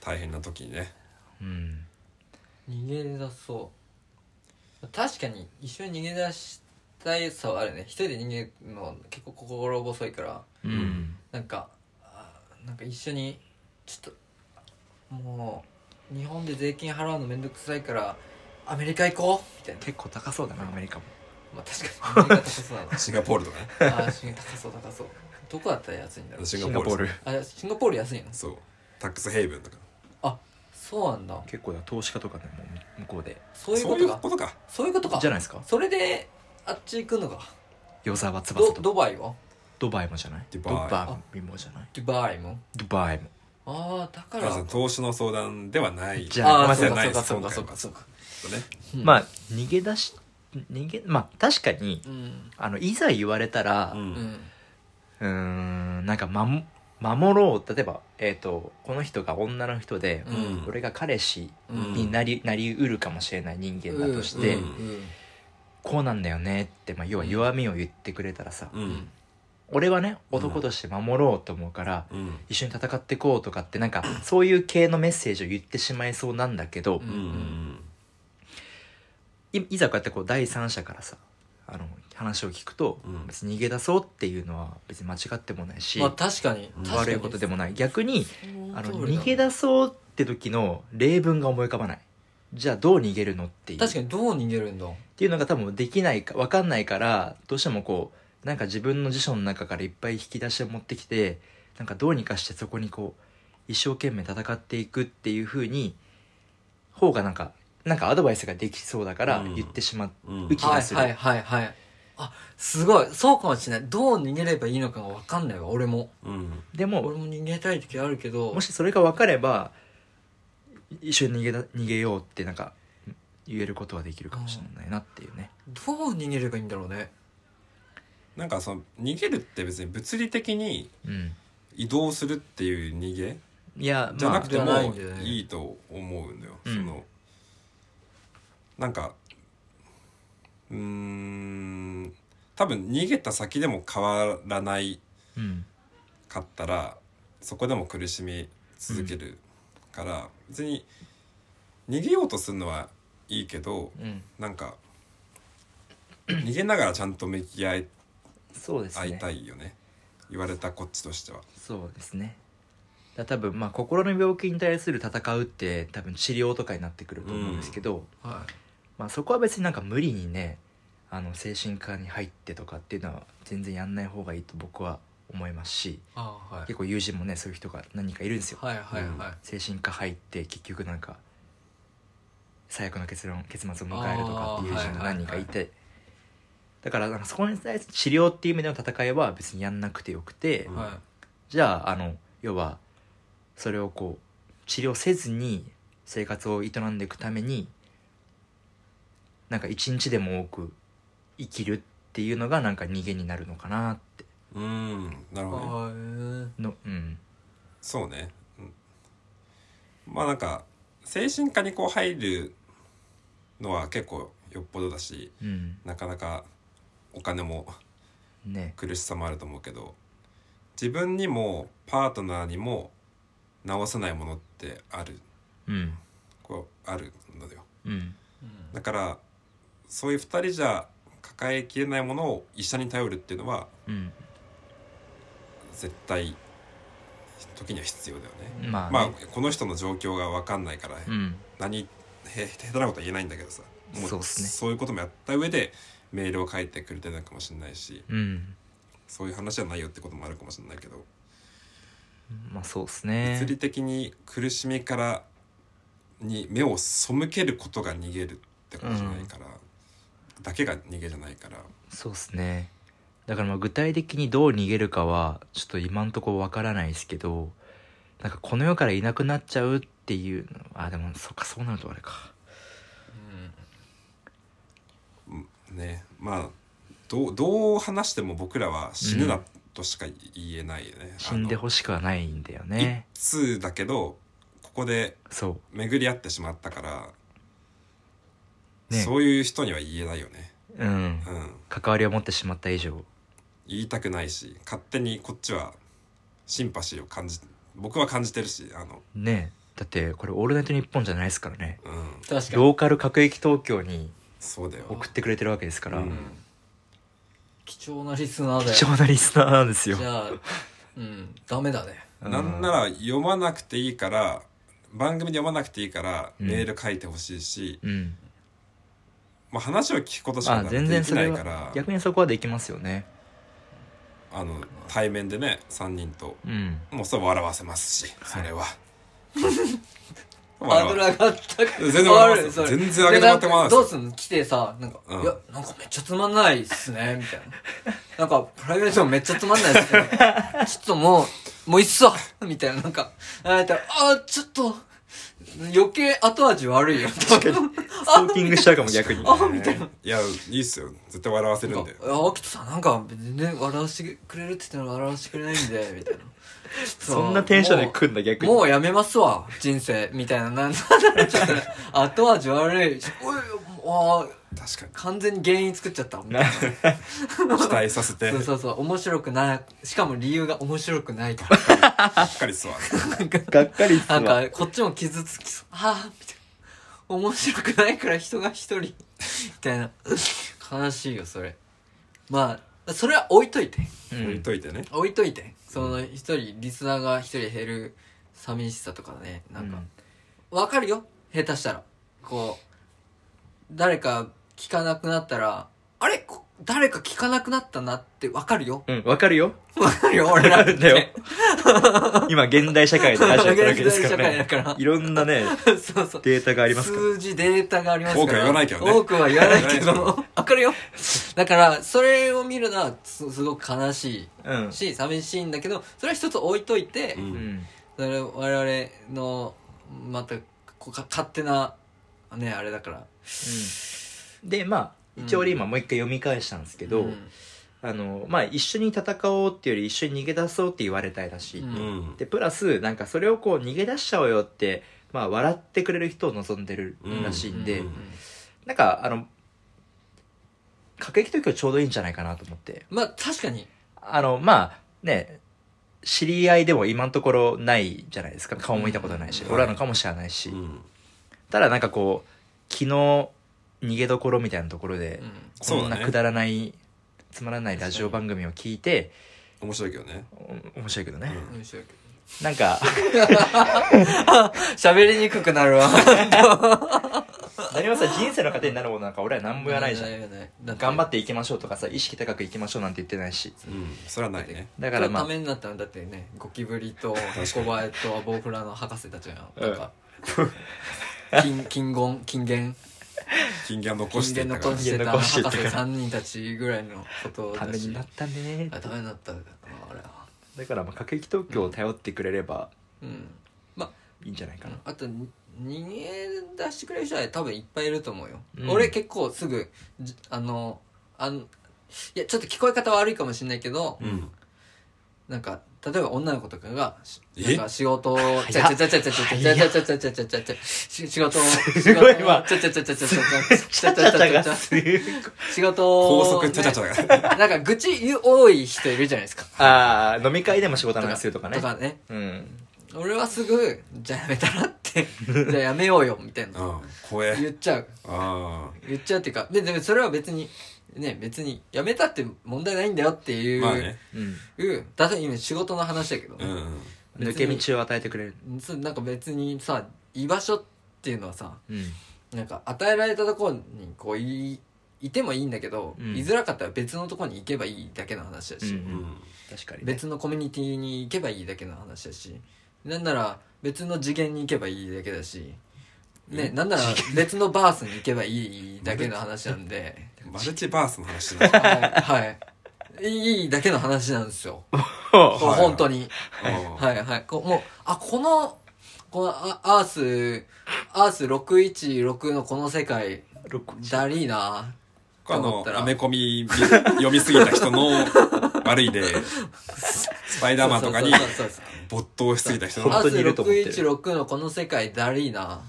Speaker 2: 大変な時にね
Speaker 1: うん
Speaker 3: 逃げ出そう確かに一緒に逃げ出したいさはあるね一人で逃げるの結構心細いから
Speaker 1: うん、
Speaker 2: ん
Speaker 3: なんかあーなんか一緒にちょっともう日本で税金払うのめんどくさいからアメリカ行こうみたいな、
Speaker 1: 結構高そうだなアメリカも
Speaker 3: まあ、確か にアメリカ高そうだな
Speaker 2: シンガポールとかね
Speaker 3: ああシンガポール高そう高そうどこだったら安いんだろう
Speaker 2: シ
Speaker 1: シンガポール
Speaker 3: あシンガポール安いの
Speaker 2: そうタックスヘイブンとか
Speaker 3: そうなんだ
Speaker 1: 結構だ投資家とかねもう向こうで
Speaker 3: そういうことか
Speaker 2: そうい
Speaker 3: そういう
Speaker 2: うことか
Speaker 3: ことか
Speaker 1: じゃないですか
Speaker 3: それであっち行くのか
Speaker 1: 与沢翼
Speaker 3: ド
Speaker 1: とか
Speaker 3: ドバイは
Speaker 1: ドバイもじゃない
Speaker 2: ドバイ
Speaker 1: ドバイもじゃない
Speaker 3: ドバイも
Speaker 1: ドバイも
Speaker 3: ああだか
Speaker 2: お
Speaker 3: ら
Speaker 2: 母さん投資の相談ではない
Speaker 1: じゃ
Speaker 3: あ
Speaker 1: あ
Speaker 3: あ
Speaker 1: ま
Speaker 3: そう
Speaker 1: ず
Speaker 2: な
Speaker 3: か
Speaker 2: い
Speaker 3: そうかそう
Speaker 2: です
Speaker 3: かそうかそうか
Speaker 2: ちょっとね
Speaker 3: うん
Speaker 1: まあ逃げ出し人間まあ確かに
Speaker 3: うん
Speaker 1: あのいざ言われたら、
Speaker 2: う
Speaker 3: うんん
Speaker 1: うーんなんか守守ろう例えば、えー、とこの人が女の人で、
Speaker 3: うん
Speaker 2: うん
Speaker 1: 俺が彼氏
Speaker 2: うん
Speaker 1: になり,、なりうるかもしれない人間だとして、
Speaker 2: うん
Speaker 1: こうなんだよねって、まあ、要は弱みを言ってくれたらさ、
Speaker 2: うんうん
Speaker 1: 俺はね男として守ろうと思うから、
Speaker 2: うん
Speaker 1: 一緒に戦ってこうとかってなんかそういう系のメッセージを言ってしまいそうなんだけど、
Speaker 3: うん
Speaker 2: うんうん
Speaker 1: いいざこうやってこう第三者からさあの話を聞くと、
Speaker 2: うん
Speaker 1: 別に逃げ出そうっていうのは別に間違ってもないし、
Speaker 3: まあ確かに確かに
Speaker 1: 悪いことでもない逆にあの逃げ
Speaker 3: だ
Speaker 1: 出そうって時の例文が思い浮かばないじゃあどう逃げるのっていう
Speaker 3: 確かにどう逃げるんだ
Speaker 1: っていうのが多分できないか分かんないからどうしてもこうなんか自分の辞書の中からいっぱい引き出しを持ってきてなんかどうにかしてそこにこう一生懸命戦っていくっていう風に方がなんかなんかアドバイスができそうだから
Speaker 2: うん
Speaker 1: 言ってしまう、
Speaker 2: うん
Speaker 1: 浮き
Speaker 3: は
Speaker 1: が
Speaker 3: い
Speaker 1: する
Speaker 3: はいはいはいあすごいそうかもしれないどう逃げればいいのかが分かんないわ俺も
Speaker 2: うん
Speaker 1: でも
Speaker 3: 俺も逃げたい時あるけど
Speaker 1: もしそれが分かれば一緒に逃げだ逃げようってなんか言えることはできるかもしれないなっていうね、
Speaker 3: どう逃げればいいんだろうね
Speaker 2: なんかその逃げるって別に物理的に
Speaker 1: うん、
Speaker 2: 移動するっていう逃げ
Speaker 1: いや
Speaker 2: じゃなくて
Speaker 3: じゃ
Speaker 2: も
Speaker 3: ないんだよね
Speaker 2: いいと思うのよ、
Speaker 1: うん
Speaker 2: そのなんかうーん多分逃げた先でも変わらない
Speaker 1: うん
Speaker 2: かったらそこでも苦しみ続けるから、別に逃げようとするのはいいけど
Speaker 1: うん
Speaker 2: なんか逃げながらちゃんと向き合い
Speaker 1: そうです
Speaker 2: 合い
Speaker 1: ね
Speaker 2: たいよね言われたこっちとしては。
Speaker 1: そうですねだ多分まあ心の病気に対する戦うって多分治療とかになってくると思うんですけど、
Speaker 3: は
Speaker 1: まあ、そこは別になんか無理にねあの精神科に入ってとかっていうのは全然やんない方がいいと僕は思いますし
Speaker 3: いあはい
Speaker 1: 結構友人もねそういう人が何人かいるんですよ、
Speaker 3: はいはいはい
Speaker 1: 精神科入って結局なんか最悪の結論結末を迎えるとかっていう人が何人かいて、だからなんかそこに対する治療っていう意味での戦いは別にやんなくてよくて、
Speaker 2: うん
Speaker 3: は
Speaker 1: じゃああの要はそれをこう治療せずに生活を営んでいくためになんか一日でも多く生きるっていうのがなんか逃げになるのかなって
Speaker 2: うんなる
Speaker 3: い
Speaker 2: ほどね
Speaker 3: は
Speaker 1: のうん
Speaker 2: そうね、うんまあなんか精神科にこう入るのは結構よっぽどだし
Speaker 1: うん
Speaker 2: なかなかお金も
Speaker 1: ね
Speaker 2: 苦しさもあると思うけど自分にもパートナーにも直せないものってある
Speaker 1: うん
Speaker 2: こうあるのだよ
Speaker 1: うん
Speaker 2: だからそういう2人じゃ抱えきれないものを一緒に頼るっていうのは
Speaker 1: うん
Speaker 2: 絶対時には必要だよね。
Speaker 1: まあ、ね、
Speaker 2: まあこの人の状況が分かんないから
Speaker 1: うん
Speaker 2: 何へ下手なことは言えないんだけどさも
Speaker 1: そうっすね
Speaker 2: そういうこともやった上でメールを書いてくれてるのかもしれないし
Speaker 1: うん
Speaker 2: そういう話じゃないよってこともあるかもしれないけど、
Speaker 1: まあそうですね
Speaker 2: 物理的に苦しみからに目を背けることが逃げるってことじゃないから、だけが逃げじゃないから
Speaker 1: そうですねだからまあ具体的にどう逃げるかはちょっと今んとこわからないですけどなんかこの世からいなくなっちゃうっていうのあでもそっかそうなるとあれか
Speaker 2: うんねまあどうどう話しても僕らは死ぬなとしか言えないよね。
Speaker 1: 死んでほしくはないんだよね
Speaker 2: 一通だけどここで
Speaker 1: そ
Speaker 2: 巡り合ってしまったから、
Speaker 1: ね
Speaker 2: そういう人には言えないよね、
Speaker 1: ううん
Speaker 2: うん、
Speaker 1: 関わりを持ってしまった以上
Speaker 2: 言いたくないし勝手にこっちはシンパシーを感じ僕は感じてるしあの、
Speaker 1: ねえだってこれ「オールナイトニッポン」じゃないですからね
Speaker 2: うん、
Speaker 3: い確かに
Speaker 1: ローカル各駅東京に
Speaker 2: そうだよ
Speaker 1: 送ってくれてるわけですから、
Speaker 2: うん
Speaker 3: 貴重なリスナーだよ
Speaker 1: 貴重なリスナーなんですよ
Speaker 3: じゃあうんダメだね
Speaker 2: なんなら読まなくていいから番組で読まなくていいから
Speaker 1: うん
Speaker 2: メール書いてほしいし、
Speaker 1: うん
Speaker 2: まあ、話を聞くことしか
Speaker 1: あ
Speaker 2: でき
Speaker 1: 全然そ
Speaker 2: な
Speaker 1: れ
Speaker 2: いから
Speaker 1: は逆にそこはできますよね
Speaker 2: あの対面でね3人と
Speaker 1: うん
Speaker 2: もうそれは笑わせますしそれは、笑わ
Speaker 3: 油があったか
Speaker 2: 全然笑わせ
Speaker 3: それ
Speaker 2: 全然上げてもらってもらわないです
Speaker 3: どうすんの来てさ、なんか、
Speaker 2: うん
Speaker 3: いや、なんかめっちゃつまんないっすね、みたいな。なんか、プライベートもめっちゃつまんないっすね。ちょっともう、もういっそみたいな、なんか、あーってあー、ちょっと、余計後味悪いよ。確かに。
Speaker 1: ストーキングしちゃうかも逆に
Speaker 3: あ、みたいな。
Speaker 2: いやいいっすよ絶対笑わせるんで
Speaker 3: あ、秋田さんなんか全然笑わしてくれるって言ったのに笑わしてくれないんで、み たいな。う
Speaker 1: そんなテンションで来んだ逆に
Speaker 3: もうやめますわ、人生、みたいな。なんだっちゃった後味悪いし、おい、あ
Speaker 2: 確か
Speaker 3: 完全に原因作っちゃった。
Speaker 1: な
Speaker 2: に期待させて
Speaker 3: そう
Speaker 2: ば
Speaker 3: そうそう、面白くない、しかも理由が面白くな いから。
Speaker 2: っかりっすわ
Speaker 1: がっかりっす
Speaker 3: な
Speaker 1: わ
Speaker 3: んか、こっちも傷つきそう。ああ、みたいな。面白くないから人が一人。みたいな。悲しいよ、それ。まあ、それは置いといて。
Speaker 1: う
Speaker 2: 置い
Speaker 1: ん
Speaker 2: といてね
Speaker 3: 置いといて。その一人、リスナーが一人減る寂しさとかね。なんか、わかるよ。下手したら。こう、誰か聞かなくなったら、あれこ誰か聞かなくなったなってわかるよ。
Speaker 1: うんわかるよ
Speaker 3: わかるよ、俺ら
Speaker 1: わ
Speaker 3: っ
Speaker 1: かる
Speaker 3: て。
Speaker 1: んだ よ今現代社会でラジオやってるわけですから
Speaker 3: 現代社会だ
Speaker 1: ね
Speaker 3: から
Speaker 1: いろんなね
Speaker 3: そうそう。
Speaker 1: データがありますから
Speaker 3: 数字データがありますから
Speaker 2: 多くは言わないけどね
Speaker 3: 多くは言わないけ
Speaker 2: 言わ
Speaker 3: ど分かるよだからそれを見るのはすすごく悲し
Speaker 1: うん
Speaker 3: いし寂しいんだけどそれは一つ置いといて、
Speaker 2: うん
Speaker 1: うん
Speaker 3: それ我々のまたこうか勝手なねあれだから
Speaker 1: でまあ一応俺今もう一回読み返したんですけど、
Speaker 3: うん
Speaker 1: あのまあ一緒に戦おうっていうより一緒に逃げ出そうって言われたいらしい、
Speaker 3: う
Speaker 2: うんん
Speaker 1: でプラスなんかそれをこう逃げ出しちゃおうよって、まあ、笑ってくれる人を望んでるらしいんで、
Speaker 2: うんうん
Speaker 1: なんかあの各駅時はちょうどいいんじゃないかなと思って
Speaker 3: まあ確かに
Speaker 1: あのまあね知り合いでも今のところないじゃないですか顔も見たことないし、
Speaker 3: うん
Speaker 1: 俺らのかもしれないし、
Speaker 2: うん
Speaker 1: ただなんかこう昨日逃げどころみたいなところで、
Speaker 3: うん
Speaker 2: そう
Speaker 1: こん
Speaker 2: だ
Speaker 1: な
Speaker 2: ね
Speaker 1: くだらない、つまらないラジオ番組を聞いて
Speaker 2: 面白いけどね
Speaker 1: お面白いけどね、
Speaker 2: うん
Speaker 3: 面白い
Speaker 1: なんか
Speaker 3: 喋りにくくなるわ
Speaker 1: なりますよ人生の糧になるものなんか俺ら何も言わないじゃん
Speaker 3: ん
Speaker 1: 頑張
Speaker 3: て
Speaker 1: っていきましょうとかさ意識高くいきましょうなんて言ってないし
Speaker 2: うんそれはないね
Speaker 1: だからま
Speaker 3: た
Speaker 1: あ
Speaker 3: めになったのだってねゴキブリと小林とボウフラの博士たちがなんか金金言金言
Speaker 2: 金魚残し
Speaker 3: 金
Speaker 2: て
Speaker 3: 言
Speaker 2: た
Speaker 3: 残
Speaker 2: から
Speaker 3: してた
Speaker 1: 金言残し
Speaker 3: 博
Speaker 1: て
Speaker 3: 士
Speaker 1: た
Speaker 3: 3人たちぐらいのこと
Speaker 1: た
Speaker 3: だ
Speaker 1: め
Speaker 3: し
Speaker 1: になったね
Speaker 3: あためになったんだなあれは
Speaker 1: だからまあ各駅東京を頼ってくれれば
Speaker 3: うん
Speaker 1: いいんじゃないかな
Speaker 3: あとに逃げ出してくれる人は多分いっぱいいると思うよ、
Speaker 1: うん
Speaker 3: 俺結構すぐじあのあのいやちょっと聞こえ方悪いかもしれないけど、
Speaker 2: うん
Speaker 3: なんか、例えば女の子とかが、しなん
Speaker 2: え
Speaker 3: か仕事を、
Speaker 1: っ
Speaker 3: ちゃちゃちゃちゃちゃちゃちゃちゃちゃちゃちゃちゃちゃし仕事を、仕
Speaker 1: ごい
Speaker 3: 事を
Speaker 1: わ
Speaker 3: ちゃちゃちゃちゃちゃちゃち
Speaker 1: チャ
Speaker 3: ゃ
Speaker 1: チ
Speaker 3: ちゃ
Speaker 1: ャチ
Speaker 3: ちゃ
Speaker 1: ャ
Speaker 3: ちゃ
Speaker 1: が
Speaker 3: ちゃ
Speaker 1: すごい
Speaker 3: 仕事を、
Speaker 2: 高速ちゃちゃちゃ
Speaker 3: ね
Speaker 2: だから
Speaker 3: なんか愚痴言う多い人いるじゃないですか。
Speaker 1: ああ飲み会でも仕事の話するとかね
Speaker 3: とかね。
Speaker 1: うん
Speaker 3: 俺はすぐ、じゃあやめたらって、じゃあやめようよ、みたいな。
Speaker 2: うん怖え
Speaker 3: 言っちゃう。
Speaker 2: あ
Speaker 3: 言っちゃうっていうか、で、でもそれは別に、ね、別に、やめたって問題ないんだよって
Speaker 2: あ
Speaker 3: いう、
Speaker 2: まあね
Speaker 1: うん
Speaker 3: うん。だって今仕事の話だけど、
Speaker 2: うんうん
Speaker 1: 抜け道を与えてくれる
Speaker 3: そうなんか別にさ居場所っていうのはさ
Speaker 1: うん
Speaker 3: なんか与えられたところにこういいてもいいんだけど、
Speaker 1: うん
Speaker 3: 居づらかったら別のところに行けばいいだけの話だ
Speaker 1: う
Speaker 3: し、
Speaker 2: うんん
Speaker 1: 確かにね
Speaker 3: 別のコミュニティに行けばいいだけの話だしなんなら別の次元に行けばいいだけだし、ね、なんなら別のバースに行けばいいだけの話なんで
Speaker 2: マルチバースの話だな
Speaker 3: はい、はい、いいだけの話なんです よ、
Speaker 1: ほ
Speaker 3: これ本当に。
Speaker 2: う ん
Speaker 3: はいはい。こうもう、あ、この、このあアース、アース616のこの世界、
Speaker 1: う六
Speaker 3: だりーな。
Speaker 2: あ
Speaker 3: と思っ
Speaker 2: の
Speaker 3: た、ら
Speaker 2: アメコミ読みすぎた人の 悪い例、スパイダーマンとかに
Speaker 3: そうそうそうそう
Speaker 2: 没頭しすぎた人
Speaker 1: 本
Speaker 3: ア
Speaker 2: の、
Speaker 1: 当
Speaker 3: ース
Speaker 1: にいると思ってる
Speaker 3: 616のこの世界、だりーな。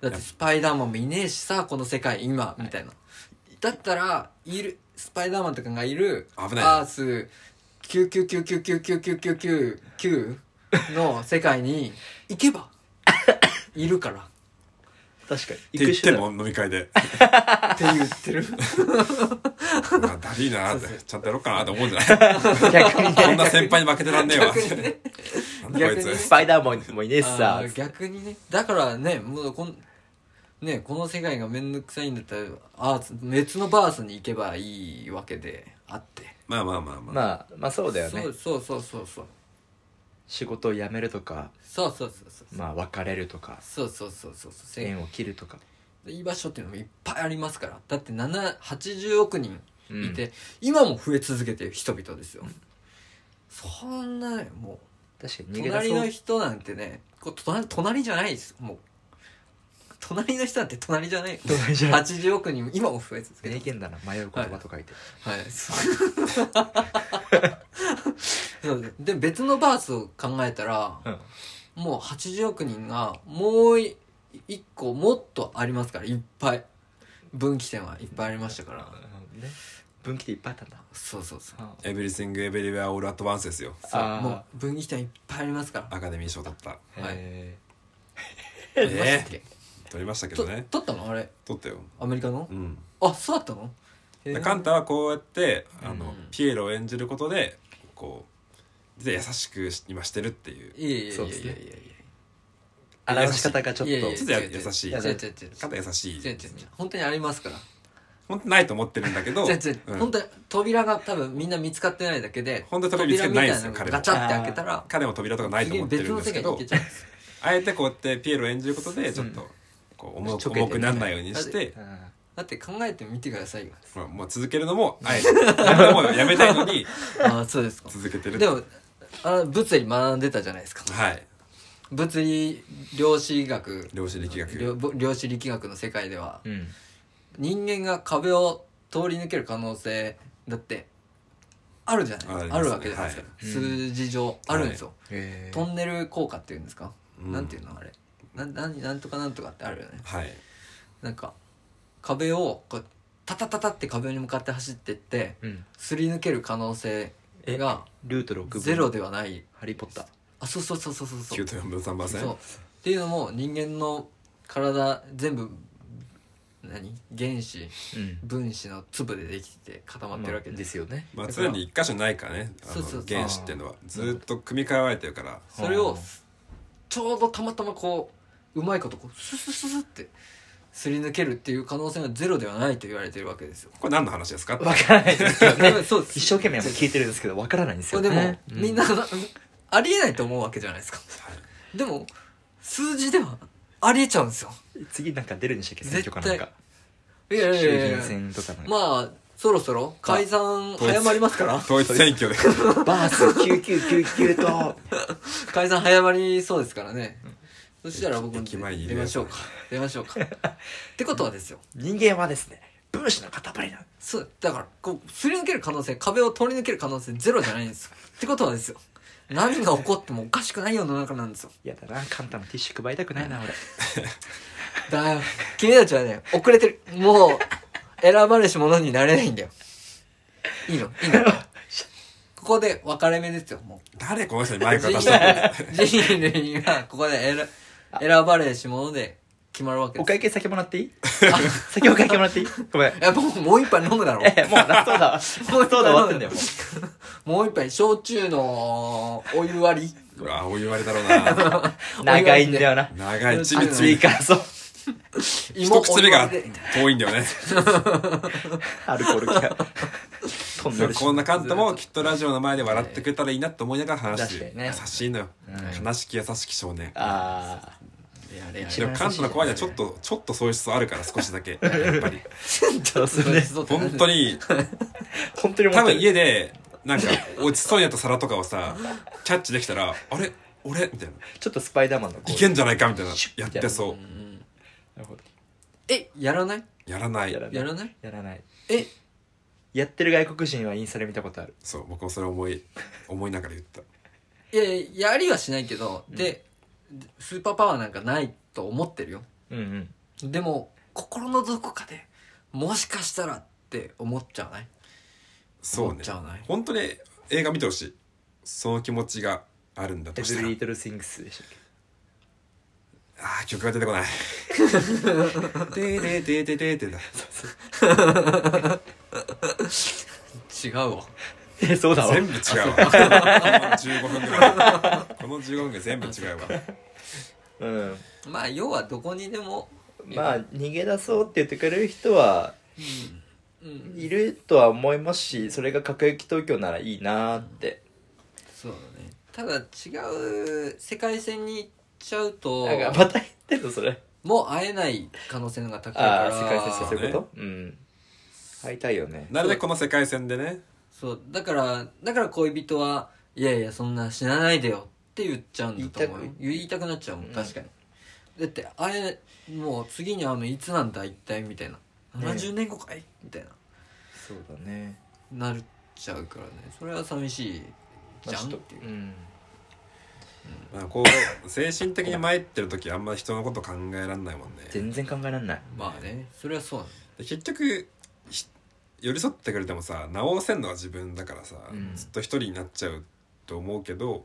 Speaker 3: だってスパイダーマンもいねえしさ、この世界、今、みたいな。だったら、いる、スパイダーマンとかがいる、
Speaker 2: 危ない
Speaker 3: アース999999999の世界に行けば、いるから。
Speaker 1: 確かに
Speaker 2: って言っ
Speaker 1: 手
Speaker 2: て
Speaker 1: 段
Speaker 2: も飲み会 で、
Speaker 3: って言ってる。
Speaker 2: あだりーなーって、ちゃんとやろうかなって思うんじゃない
Speaker 1: 逆に
Speaker 2: こん
Speaker 1: ね
Speaker 2: な先輩に負けてらんねえわ。
Speaker 3: 逆にね
Speaker 2: なんだこい
Speaker 3: 逆に
Speaker 2: つ
Speaker 1: ス。パイダーマンもいねえし
Speaker 3: あ
Speaker 1: さ
Speaker 3: ー逆にねだからねもうこんねこの世界が面倒くさいんだったらアーツ別のバースに行けばいいわけであって
Speaker 2: まあまあまあまあ。
Speaker 1: まあまあそうだよね
Speaker 3: そうそうそうそうそう
Speaker 1: 仕事を辞めるとか
Speaker 3: そうそうそうそう
Speaker 1: まあ別れるとか
Speaker 3: そうそうそうそうそう
Speaker 1: 縁を切るとか
Speaker 3: 居場所っていうのもいっぱいありますからだって7 80億人
Speaker 1: うん
Speaker 3: いて、今も増え続けてる人々ですよ、そんなねも
Speaker 1: 確かに逃げ出
Speaker 3: 隣
Speaker 1: そ
Speaker 3: の
Speaker 1: う
Speaker 3: 人なんてねこう隣隣じゃないですもう隣の人なんて隣じゃない
Speaker 1: 隣じゃない
Speaker 3: 80億人今も増え続けて
Speaker 1: 名
Speaker 3: ます
Speaker 1: 言だな迷う言葉と書いて、
Speaker 3: はいそうそうですで別のバースを考えたら
Speaker 1: うん
Speaker 3: もう80億人がもうい一個もっとありますからいっぱい分岐点はいっぱいありましたから
Speaker 1: ね、分岐点いっぱいあったんだ
Speaker 3: そうそうそう
Speaker 1: あ
Speaker 2: エブリシングエブリウェアオールアットワンスですよ
Speaker 3: そう
Speaker 1: あー
Speaker 3: もう分岐点いっぱいありますから
Speaker 2: アカデミー賞取った
Speaker 3: はい
Speaker 1: え
Speaker 2: え
Speaker 3: マジ
Speaker 2: え
Speaker 3: で
Speaker 2: 取りましたけ
Speaker 3: と
Speaker 2: どね
Speaker 3: 取ったのあれ
Speaker 2: 取ったよ
Speaker 3: アメリカの
Speaker 2: うん
Speaker 3: あそうだったのへー
Speaker 2: でカンタはこうやってあの、
Speaker 3: うん
Speaker 2: ピエロを演じることでこうで優しくし今してるっていう
Speaker 3: いやいやい
Speaker 1: そ
Speaker 3: や
Speaker 1: う
Speaker 3: い
Speaker 1: です
Speaker 3: やい
Speaker 1: ね
Speaker 3: やい
Speaker 1: ー、
Speaker 3: や
Speaker 1: 表し方がちょっと
Speaker 3: いやいや
Speaker 2: ちょっとや優しい
Speaker 3: 違う違う違う
Speaker 2: カンタ優しい
Speaker 3: 違う違う違う本当にありますから
Speaker 2: 本当ないと思ってるんだけど
Speaker 3: 違う違う
Speaker 2: うん
Speaker 3: 本当に扉が多分みんな見つかってないだけで
Speaker 2: 本当に扉見つけてないんですよ
Speaker 3: 扉みたなのがガ
Speaker 2: 彼も
Speaker 3: チャって開けたら
Speaker 2: 彼も扉とかないと思って
Speaker 3: 別
Speaker 2: るん
Speaker 3: の
Speaker 2: で
Speaker 3: 世
Speaker 2: すけ
Speaker 3: 界に行
Speaker 2: ど
Speaker 3: けちゃうん ですよ
Speaker 2: あえてこうやってピエロを演じることでちょっとこう重
Speaker 1: ちょ
Speaker 2: く
Speaker 1: けて
Speaker 2: 重くならないようにして
Speaker 1: う、ん
Speaker 3: だって考えてみてください よ
Speaker 2: まあ、もう続けるのもあえてやめるのもやめたいのに
Speaker 3: ああそうですか
Speaker 2: 続けてる
Speaker 3: でもあ物理学んでたじゃないですか
Speaker 2: はい
Speaker 3: 物理量子学
Speaker 2: 量子力学
Speaker 3: 量量子力学の世界では
Speaker 1: うん
Speaker 3: 人間が壁を通り抜ける可能性だってあるじゃないですかあ
Speaker 2: ありますね
Speaker 3: るわけじゃないですか、
Speaker 1: い
Speaker 3: 数字上あるんですよ、
Speaker 1: え
Speaker 3: トンネル効果っていうんですか、
Speaker 2: うん
Speaker 3: なんていうのあれななんなんとかなんとかってあるよね
Speaker 2: はい
Speaker 3: なんか壁をこうタタタタって壁に向かって走ってって
Speaker 1: うん、
Speaker 3: すり抜ける可能性
Speaker 1: え
Speaker 3: が
Speaker 1: ルート6分
Speaker 3: ゼロではない
Speaker 1: ハリー・ポッター
Speaker 3: あそうそうそうそうそうそ
Speaker 2: 9
Speaker 3: う
Speaker 2: と4分3番線
Speaker 3: そうっていうのも人間の体全部何原子
Speaker 1: うん
Speaker 3: 分子の粒でできてて固まってるわけ
Speaker 1: ですよね
Speaker 2: まあ、常に一箇所にないからねあ
Speaker 3: そうそうそう
Speaker 2: の原子っていうのはずーっと組み替えられてるから
Speaker 3: それ
Speaker 1: う
Speaker 3: を
Speaker 1: ん
Speaker 3: ちょうどたまたまこううまいことこうススススってすり抜けるっていう可能性がゼロではないと言われてるわけですよ。
Speaker 2: これ何の話ですかって
Speaker 1: わからないですけどね
Speaker 3: そうです
Speaker 1: 一生懸命聞いてるんですけどわからないんです
Speaker 3: そ
Speaker 1: よ
Speaker 3: うでも、
Speaker 1: ねう
Speaker 3: みんなありえないと思うわけじゃないですか。でも数字ではありえちゃうんですよ。
Speaker 1: 次なんか出るんでしたっけ選挙かなんか
Speaker 3: いやい
Speaker 1: 衆
Speaker 3: やい
Speaker 1: 議
Speaker 3: や
Speaker 1: 院選とかなんか、
Speaker 3: まあそろそろ解散早まりますから
Speaker 2: 統一選 挙で
Speaker 1: バース9999と
Speaker 3: 解散早まりそうですからね。そしたら僕も
Speaker 2: 駅前にい
Speaker 3: 出
Speaker 2: る
Speaker 3: ま
Speaker 2: やつ
Speaker 3: しょうか出ましょうか ってことはですよ
Speaker 1: 人間はですね分子の塊なん
Speaker 3: そうだからこうすり抜ける可能性壁を通り抜ける可能性ゼロじゃないんですよってことはですよ何が起こってもおかしくない世の中なんですよ
Speaker 1: やだなカンタのティッシュ配りたくないな俺
Speaker 3: だよ君たちはね遅れてるもう選ばれし者になれないんだよいいのいいのここで分かれ目ですよも
Speaker 2: 誰この人にマ
Speaker 3: う
Speaker 2: イク
Speaker 3: 人
Speaker 2: 渡したの
Speaker 3: 類がここで選選ばれし者で決まるわけ
Speaker 1: お
Speaker 3: です
Speaker 1: 会計先もらっていい先お会計もらっていいごめん
Speaker 3: いやもうもう一杯飲むだろう
Speaker 1: えもうなそうだそうだ終わってんだよもう
Speaker 3: もう一杯焼酎のお湯割り
Speaker 2: うわお言われだろうな
Speaker 1: 長いんだよな
Speaker 2: 長いちびち
Speaker 1: 次
Speaker 2: び
Speaker 1: からそう
Speaker 2: 一口目が
Speaker 3: 芋お湯割りで
Speaker 2: 遠いんだよね
Speaker 1: アルコール気が 飛んでるし
Speaker 2: こんなカンタもきっとラジオの前で笑ってくれたらいいなと思いながら話し
Speaker 1: 確
Speaker 2: てる
Speaker 1: かにね
Speaker 2: 優しいのよ
Speaker 1: うん
Speaker 2: 悲しき優しき少年
Speaker 1: あ
Speaker 3: やれや
Speaker 1: 一
Speaker 2: でも
Speaker 1: 番
Speaker 2: カンタの声にはちょっとちょっとそういう質あるから少しだけやっぱり
Speaker 1: あそうすね
Speaker 2: 本当
Speaker 3: に
Speaker 2: に
Speaker 1: 本当に思
Speaker 2: 多
Speaker 1: って
Speaker 2: 分
Speaker 1: る
Speaker 2: 家でなんか落ちそうになった皿とかをさキャッチできたらあれ俺みたいな
Speaker 1: ちょっとスパイダーマンの
Speaker 2: いけ
Speaker 1: ん
Speaker 2: んじゃないかみたいなやってそう
Speaker 3: えやらない
Speaker 2: やらない
Speaker 1: やらない
Speaker 3: やらない
Speaker 1: やらない
Speaker 3: え
Speaker 1: やってる外国人はインスタで見たことある
Speaker 2: そう僕もそれ思い思いながら言った
Speaker 3: いやいややりはしないけど、でスーパーパワーなんかないと思ってるよ
Speaker 1: うんうん
Speaker 3: でも心のどこかでもしかしたらって思っちゃわない
Speaker 2: そう
Speaker 3: 思
Speaker 2: ね
Speaker 3: っちゃわない
Speaker 2: 本当に映画見てほしいその気持ちがあるんだ
Speaker 1: エ
Speaker 2: とし
Speaker 1: ブ
Speaker 2: たら
Speaker 1: リリトルスイングスでしたっけ
Speaker 2: あー曲が出てこないででででででだ
Speaker 3: 違うわ
Speaker 1: え そうだわ
Speaker 2: 全部違うわこの15分ぐらいこの15分ぐらい全部違うわ
Speaker 1: うん
Speaker 3: まあ要はどこにでも
Speaker 1: まあ逃げ出そうって言ってくれる人は
Speaker 3: うん
Speaker 1: いるとは思いますしそれが各駅東京ならいいなーって
Speaker 3: そうだねただ違う世界線に行っちゃうと
Speaker 1: なんかまた言ってんのそれ
Speaker 3: もう会えない可能性の方が高いから
Speaker 1: ああ世界戦そう
Speaker 2: ね
Speaker 1: いうことうん会いたいよね
Speaker 2: なるべくこの世界線でね
Speaker 3: そうだからだから恋人はいやいやそんな死なないでよっって言っちゃうんだと思う
Speaker 1: 言い
Speaker 3: よ
Speaker 1: た
Speaker 3: 言いたくなっちゃうもん
Speaker 1: うん
Speaker 3: 確かに、だってあれもう次に会うのいつなんだ一体みたいな
Speaker 1: ね
Speaker 3: 70年後かいみたい
Speaker 1: そうだね
Speaker 3: ななっちゃうからねそれは寂しいじゃんっていう
Speaker 1: う、ん
Speaker 2: まあこう精神的に参ってる時あんま人のこと考えられないもんね
Speaker 1: 全然考えられない
Speaker 3: まあねそれはそうなの
Speaker 2: で結局ひ寄り添ってくれてもさ直せんのは自分だからさ、
Speaker 1: うん
Speaker 2: ずっと一人になっちゃうと思うけど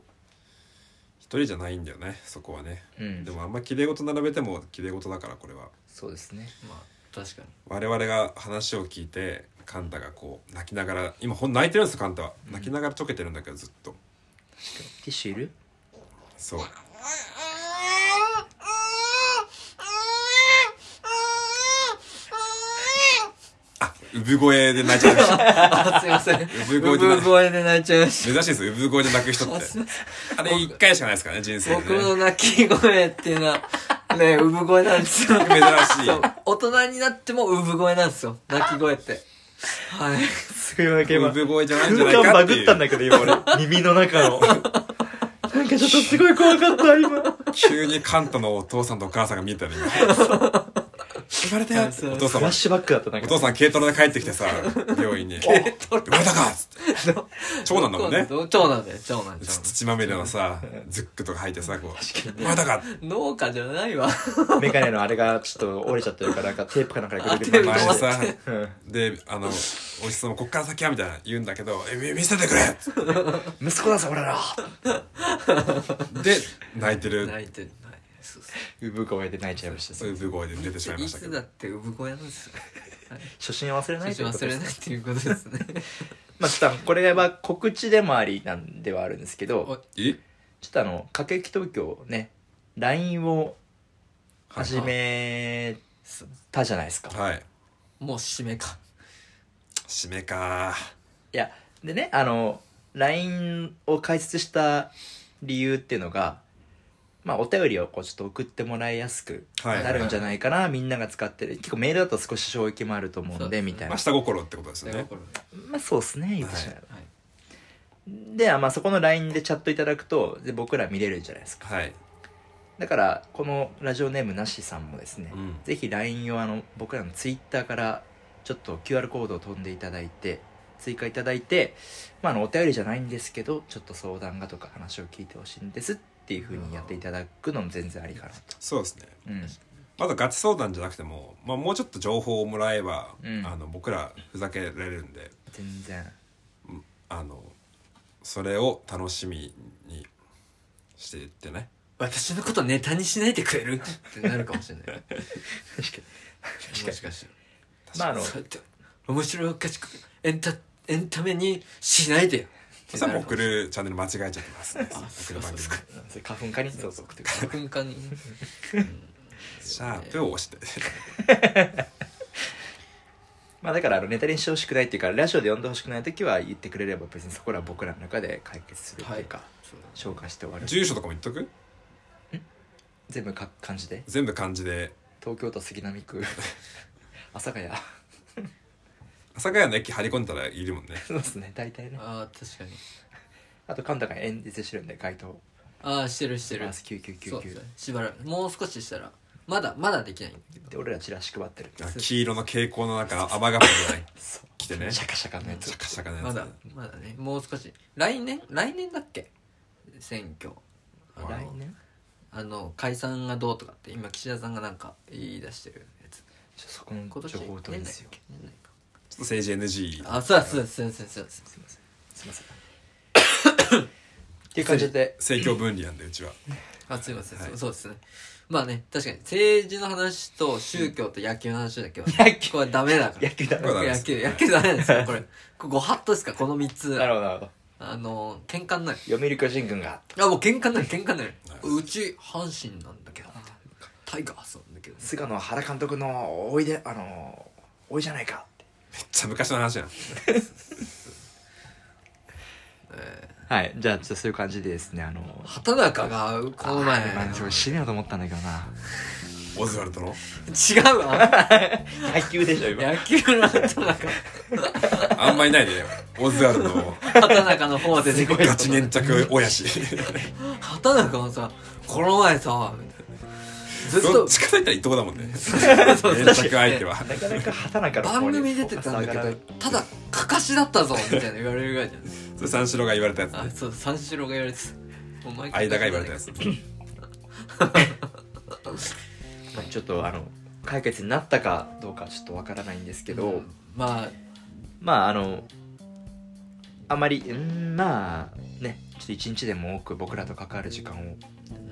Speaker 2: 一人じゃないんだよねそこはね
Speaker 1: うん
Speaker 2: でもあんま綺麗事並べても綺麗事だからこれは
Speaker 1: そうですね
Speaker 3: まあ確かに
Speaker 2: 我々が話を聞いてカンタがこう泣きながら今ほん泣いてるんですよカンタは泣きながら溶けてるんだけどずっと
Speaker 1: ティッシュいる
Speaker 2: そうあ産声で泣いちゃいました
Speaker 3: あすいません
Speaker 2: 産声で泣
Speaker 3: 産
Speaker 2: い
Speaker 3: 声で泣いちゃいました
Speaker 2: 珍しいです産声で泣く人 って
Speaker 3: あすいま
Speaker 2: あれ一回しかないですからね人生で、ね、
Speaker 3: 僕の泣き声っていうのはね産声なんですよ
Speaker 2: 珍しい
Speaker 3: そう大人になっても産声なんですよ泣き声ってはい
Speaker 1: すいませ
Speaker 2: 産声じゃないんじゃ
Speaker 1: 空
Speaker 2: ない
Speaker 1: 間
Speaker 2: か
Speaker 1: バ
Speaker 2: って
Speaker 1: グ
Speaker 2: い
Speaker 1: っ
Speaker 2: う
Speaker 1: たんだけど今俺耳の中 のなんかちょっとすごい怖かった今
Speaker 2: 急にカンタのお父さんとお母さんが見えたのに生まれたよって
Speaker 3: そう
Speaker 2: お父
Speaker 1: フ
Speaker 2: さ
Speaker 1: ラ
Speaker 2: ん
Speaker 1: ッ
Speaker 2: も
Speaker 1: シュバックだったなん
Speaker 2: お
Speaker 1: か
Speaker 2: 父さん軽トラで帰ってき てさ病院に「生まれたか!」っつって長男だもんね
Speaker 3: 長男だよ長男長 男
Speaker 2: 土まみれのさズックとか履いてさこう「生まれたか!」
Speaker 3: 農家じゃないわ
Speaker 1: メガネのあれがちょっと折れちゃってるからなんかテープかなんかでぐるぐ
Speaker 3: あ
Speaker 1: る
Speaker 3: テー
Speaker 2: 前
Speaker 3: プ
Speaker 2: でさ
Speaker 1: うん
Speaker 2: であのおじさんも「こっから先は」みたいな言うんだけど「えみ見せてくれ!」っつって
Speaker 1: 息子だぞ俺ら
Speaker 2: で泣いてる
Speaker 3: 泣いてるはいそうそう
Speaker 1: 産声で泣いちゃいました
Speaker 2: そういう部声で出てしまいま
Speaker 3: い
Speaker 2: したけ
Speaker 3: つ
Speaker 2: ど
Speaker 3: だって産声なんですよ
Speaker 1: 初心忘れないということ
Speaker 3: 忘
Speaker 1: で
Speaker 3: れ
Speaker 1: す
Speaker 3: ないっていうことですね
Speaker 1: まあちょっとこれは告知でもありなんではあるんですけ
Speaker 3: お
Speaker 1: ど
Speaker 2: え
Speaker 1: ちょっとあの「かけき東京」ね LINE を始めたじゃないですか、
Speaker 2: はい
Speaker 3: もう締めか
Speaker 2: 締めか
Speaker 1: いやでねあの LINE を開設した理由っていうのが、まあ、お便りをこうちょっと送ってもらいやすく
Speaker 2: はい
Speaker 1: なるんじゃないかな、みんなが使ってる結構メールだと少し衝撃もあると思うんで
Speaker 3: そう
Speaker 1: みたい
Speaker 2: ま
Speaker 1: な
Speaker 2: あ下心ってことですよ
Speaker 3: 下
Speaker 2: ね
Speaker 3: 心ね
Speaker 1: まあそうですね言ってしまえば、
Speaker 3: はい
Speaker 1: で、まあ、そこの LINE でチャットいただくとで僕ら見れるじゃないですか
Speaker 2: はい
Speaker 1: だからこのラジオネームなしさんもですね、
Speaker 2: うん
Speaker 1: ぜひ LINE をあの僕らの Twitter からちょっと QR コードを飛んでいただいて追加いただいて、まあ、あのお便りじゃないんですけどちょっと相談がとか話を聞いてほしいんですっていうふうにやっていただくのも全然ありかなと、
Speaker 2: そうですね
Speaker 1: うん、
Speaker 2: まだガチ相談じゃなくても、まあ、もうちょっと情報をもらえば、
Speaker 1: うん
Speaker 2: あの僕らふざけられるんで
Speaker 1: 全然
Speaker 2: あのそれを楽しみにしていってね
Speaker 3: 私のことネタにしないでくれるってなるかもしれない
Speaker 1: 確かに
Speaker 3: もしかして
Speaker 1: まああの
Speaker 3: そうやって面白いかしくエンタエンタメにしないでよ
Speaker 2: それも送るチャンネル間違えちゃってます、ね、送る番組
Speaker 1: 花粉化にそうそう送ってくる
Speaker 3: 1分 間に
Speaker 2: シャープを押して
Speaker 1: まあだからあのネタにしてほしくないっていうかラジオで呼んでほしくない時は言ってくれれば別にそこらは僕らの中で解決するっていうか、消化して終わる
Speaker 2: 住所とかも言っとく
Speaker 1: 全部か漢字で
Speaker 2: 全部漢字で
Speaker 1: 東京都杉並区 阿佐ヶ谷
Speaker 2: 阿佐ヶ谷の駅張り込んだらいるもんね
Speaker 1: そうですね大体ね
Speaker 3: ああー確かに
Speaker 1: あと神田が演説してるんで回答
Speaker 3: ああしてるしてる
Speaker 1: マス
Speaker 3: そう
Speaker 1: 9999
Speaker 3: しばらくもう少ししたらまだまだできないんだけど
Speaker 1: で俺らチラシ配ってる
Speaker 2: あ黄色の蛍光の中雨がっぱじゃない
Speaker 1: そう
Speaker 2: 来てね
Speaker 1: シャカシャカのやつ
Speaker 2: シャカシャカの
Speaker 3: ま
Speaker 2: やつ、
Speaker 3: だまだねもう少し来年来年だっけ選挙あの
Speaker 1: 来年
Speaker 3: あの解散がどうとかって今岸田さんがなんか言い出してるやつ
Speaker 1: ちょそこの
Speaker 3: 今年
Speaker 1: 情報取るんですよ
Speaker 3: 年内年内か
Speaker 2: ちょっと政治 NG
Speaker 3: あそうだそうだそうだそうだそうだ
Speaker 1: すいませんすいませんっていう感じで
Speaker 2: 政教分離なんでうちは
Speaker 3: あすいません、
Speaker 2: はい
Speaker 3: そうそうですねまあね確かに政治の話と宗教と野球の話だけは、
Speaker 1: 野球
Speaker 3: これダメだから
Speaker 1: 野球だ
Speaker 2: これダメで
Speaker 3: 野
Speaker 2: す
Speaker 3: 球野球ダメなんですよこれこれご法度ですかこの3つ
Speaker 1: なるほどなるほど
Speaker 3: あの喧嘩になる
Speaker 1: 読売巨人軍が
Speaker 3: あもう喧嘩になる喧嘩になる
Speaker 2: はいう
Speaker 3: ち阪神なんだけどタイガースなんだけど
Speaker 1: 菅野原監督のおいであのおいじゃないかって
Speaker 2: めっちゃ昔の話やん
Speaker 1: はいじゃあちょっとそういう感じでですねあの
Speaker 3: 畑中がこの前
Speaker 1: まあ、それ締めようと思ったんだけどな
Speaker 2: オズワルドの
Speaker 3: 違うわ
Speaker 1: 野球でしょ今
Speaker 3: 野球の畑中
Speaker 2: あんまいないねオズワルド の
Speaker 3: 畑中の方で出てくる
Speaker 2: ガチ粘着親父
Speaker 3: 畑中もさこの前さみたいなずっ
Speaker 2: ど
Speaker 3: と
Speaker 2: っちかといったらいとこだもんね
Speaker 3: そう
Speaker 2: 粘着相手は
Speaker 1: なかなか畑中の
Speaker 3: 番組出てたんだけどただかかしだったぞみたいな言われるぐらいじ
Speaker 2: それ三四郎が言われたやつ
Speaker 3: ゃんあ
Speaker 2: ね
Speaker 3: そう三四郎が言われてたお前
Speaker 2: 間が言われたやつ
Speaker 1: まあちょっとあの解決になったかどうかちょっとわからないんですけど、
Speaker 3: うんまあ
Speaker 1: まああのあまりうんまあねちょっと一日でも多く僕らと関わる時間を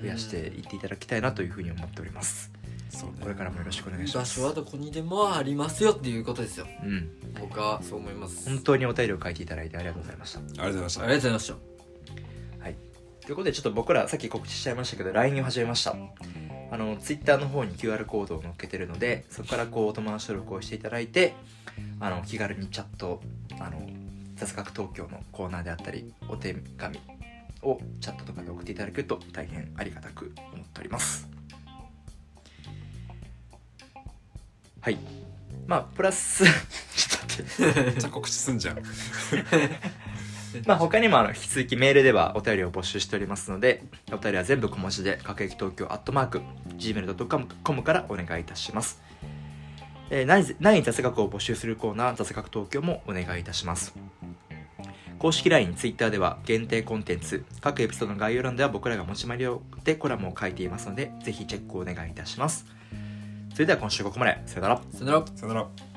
Speaker 1: 増やしていっていただきたいなというふうに思っております
Speaker 2: そう
Speaker 1: これからもよろしくお願いしま
Speaker 3: 場
Speaker 1: す
Speaker 3: 所はどこにでもありますよっていうことですよ
Speaker 1: うん
Speaker 3: 僕はそう思いますあ
Speaker 1: 本
Speaker 3: り
Speaker 1: 当にお便りを書いていただいてありがとうございました
Speaker 2: ありがとうござい
Speaker 3: が
Speaker 2: ま
Speaker 3: とう
Speaker 2: し
Speaker 3: ございました
Speaker 1: ということでちょっと僕らさっき告知しちゃいましたけど LINE を始めましたあの Twitter の方に QR コードを載っけてるのでそこからこうお友達登録をしていただいてあの気軽にチャットあの雑学東京のコーナーであったりお手紙をチャットとかで送っていただけると大変ありがたく思っておりますはいまあプラス ちょっと待って
Speaker 2: ためっちゃ告知すんじゃん
Speaker 1: まあ他にもあの引き続きメールではお便りを募集しておりますのでお便りは全部小文字で「各駅東京」「アットマーク」「gmail.com」からお願いいたします、えー、何せ何に雑学を募集するコーナー「雑学東京」もお願いいたします公式 LINE、Twitter では限定コンテンツ各エピソードの概要欄では僕らが持ち回りをでコラムを書いていますのでぜひチェックをお願いいたしますそれでは今週ここまでさよなら
Speaker 3: さよなら
Speaker 2: さよなら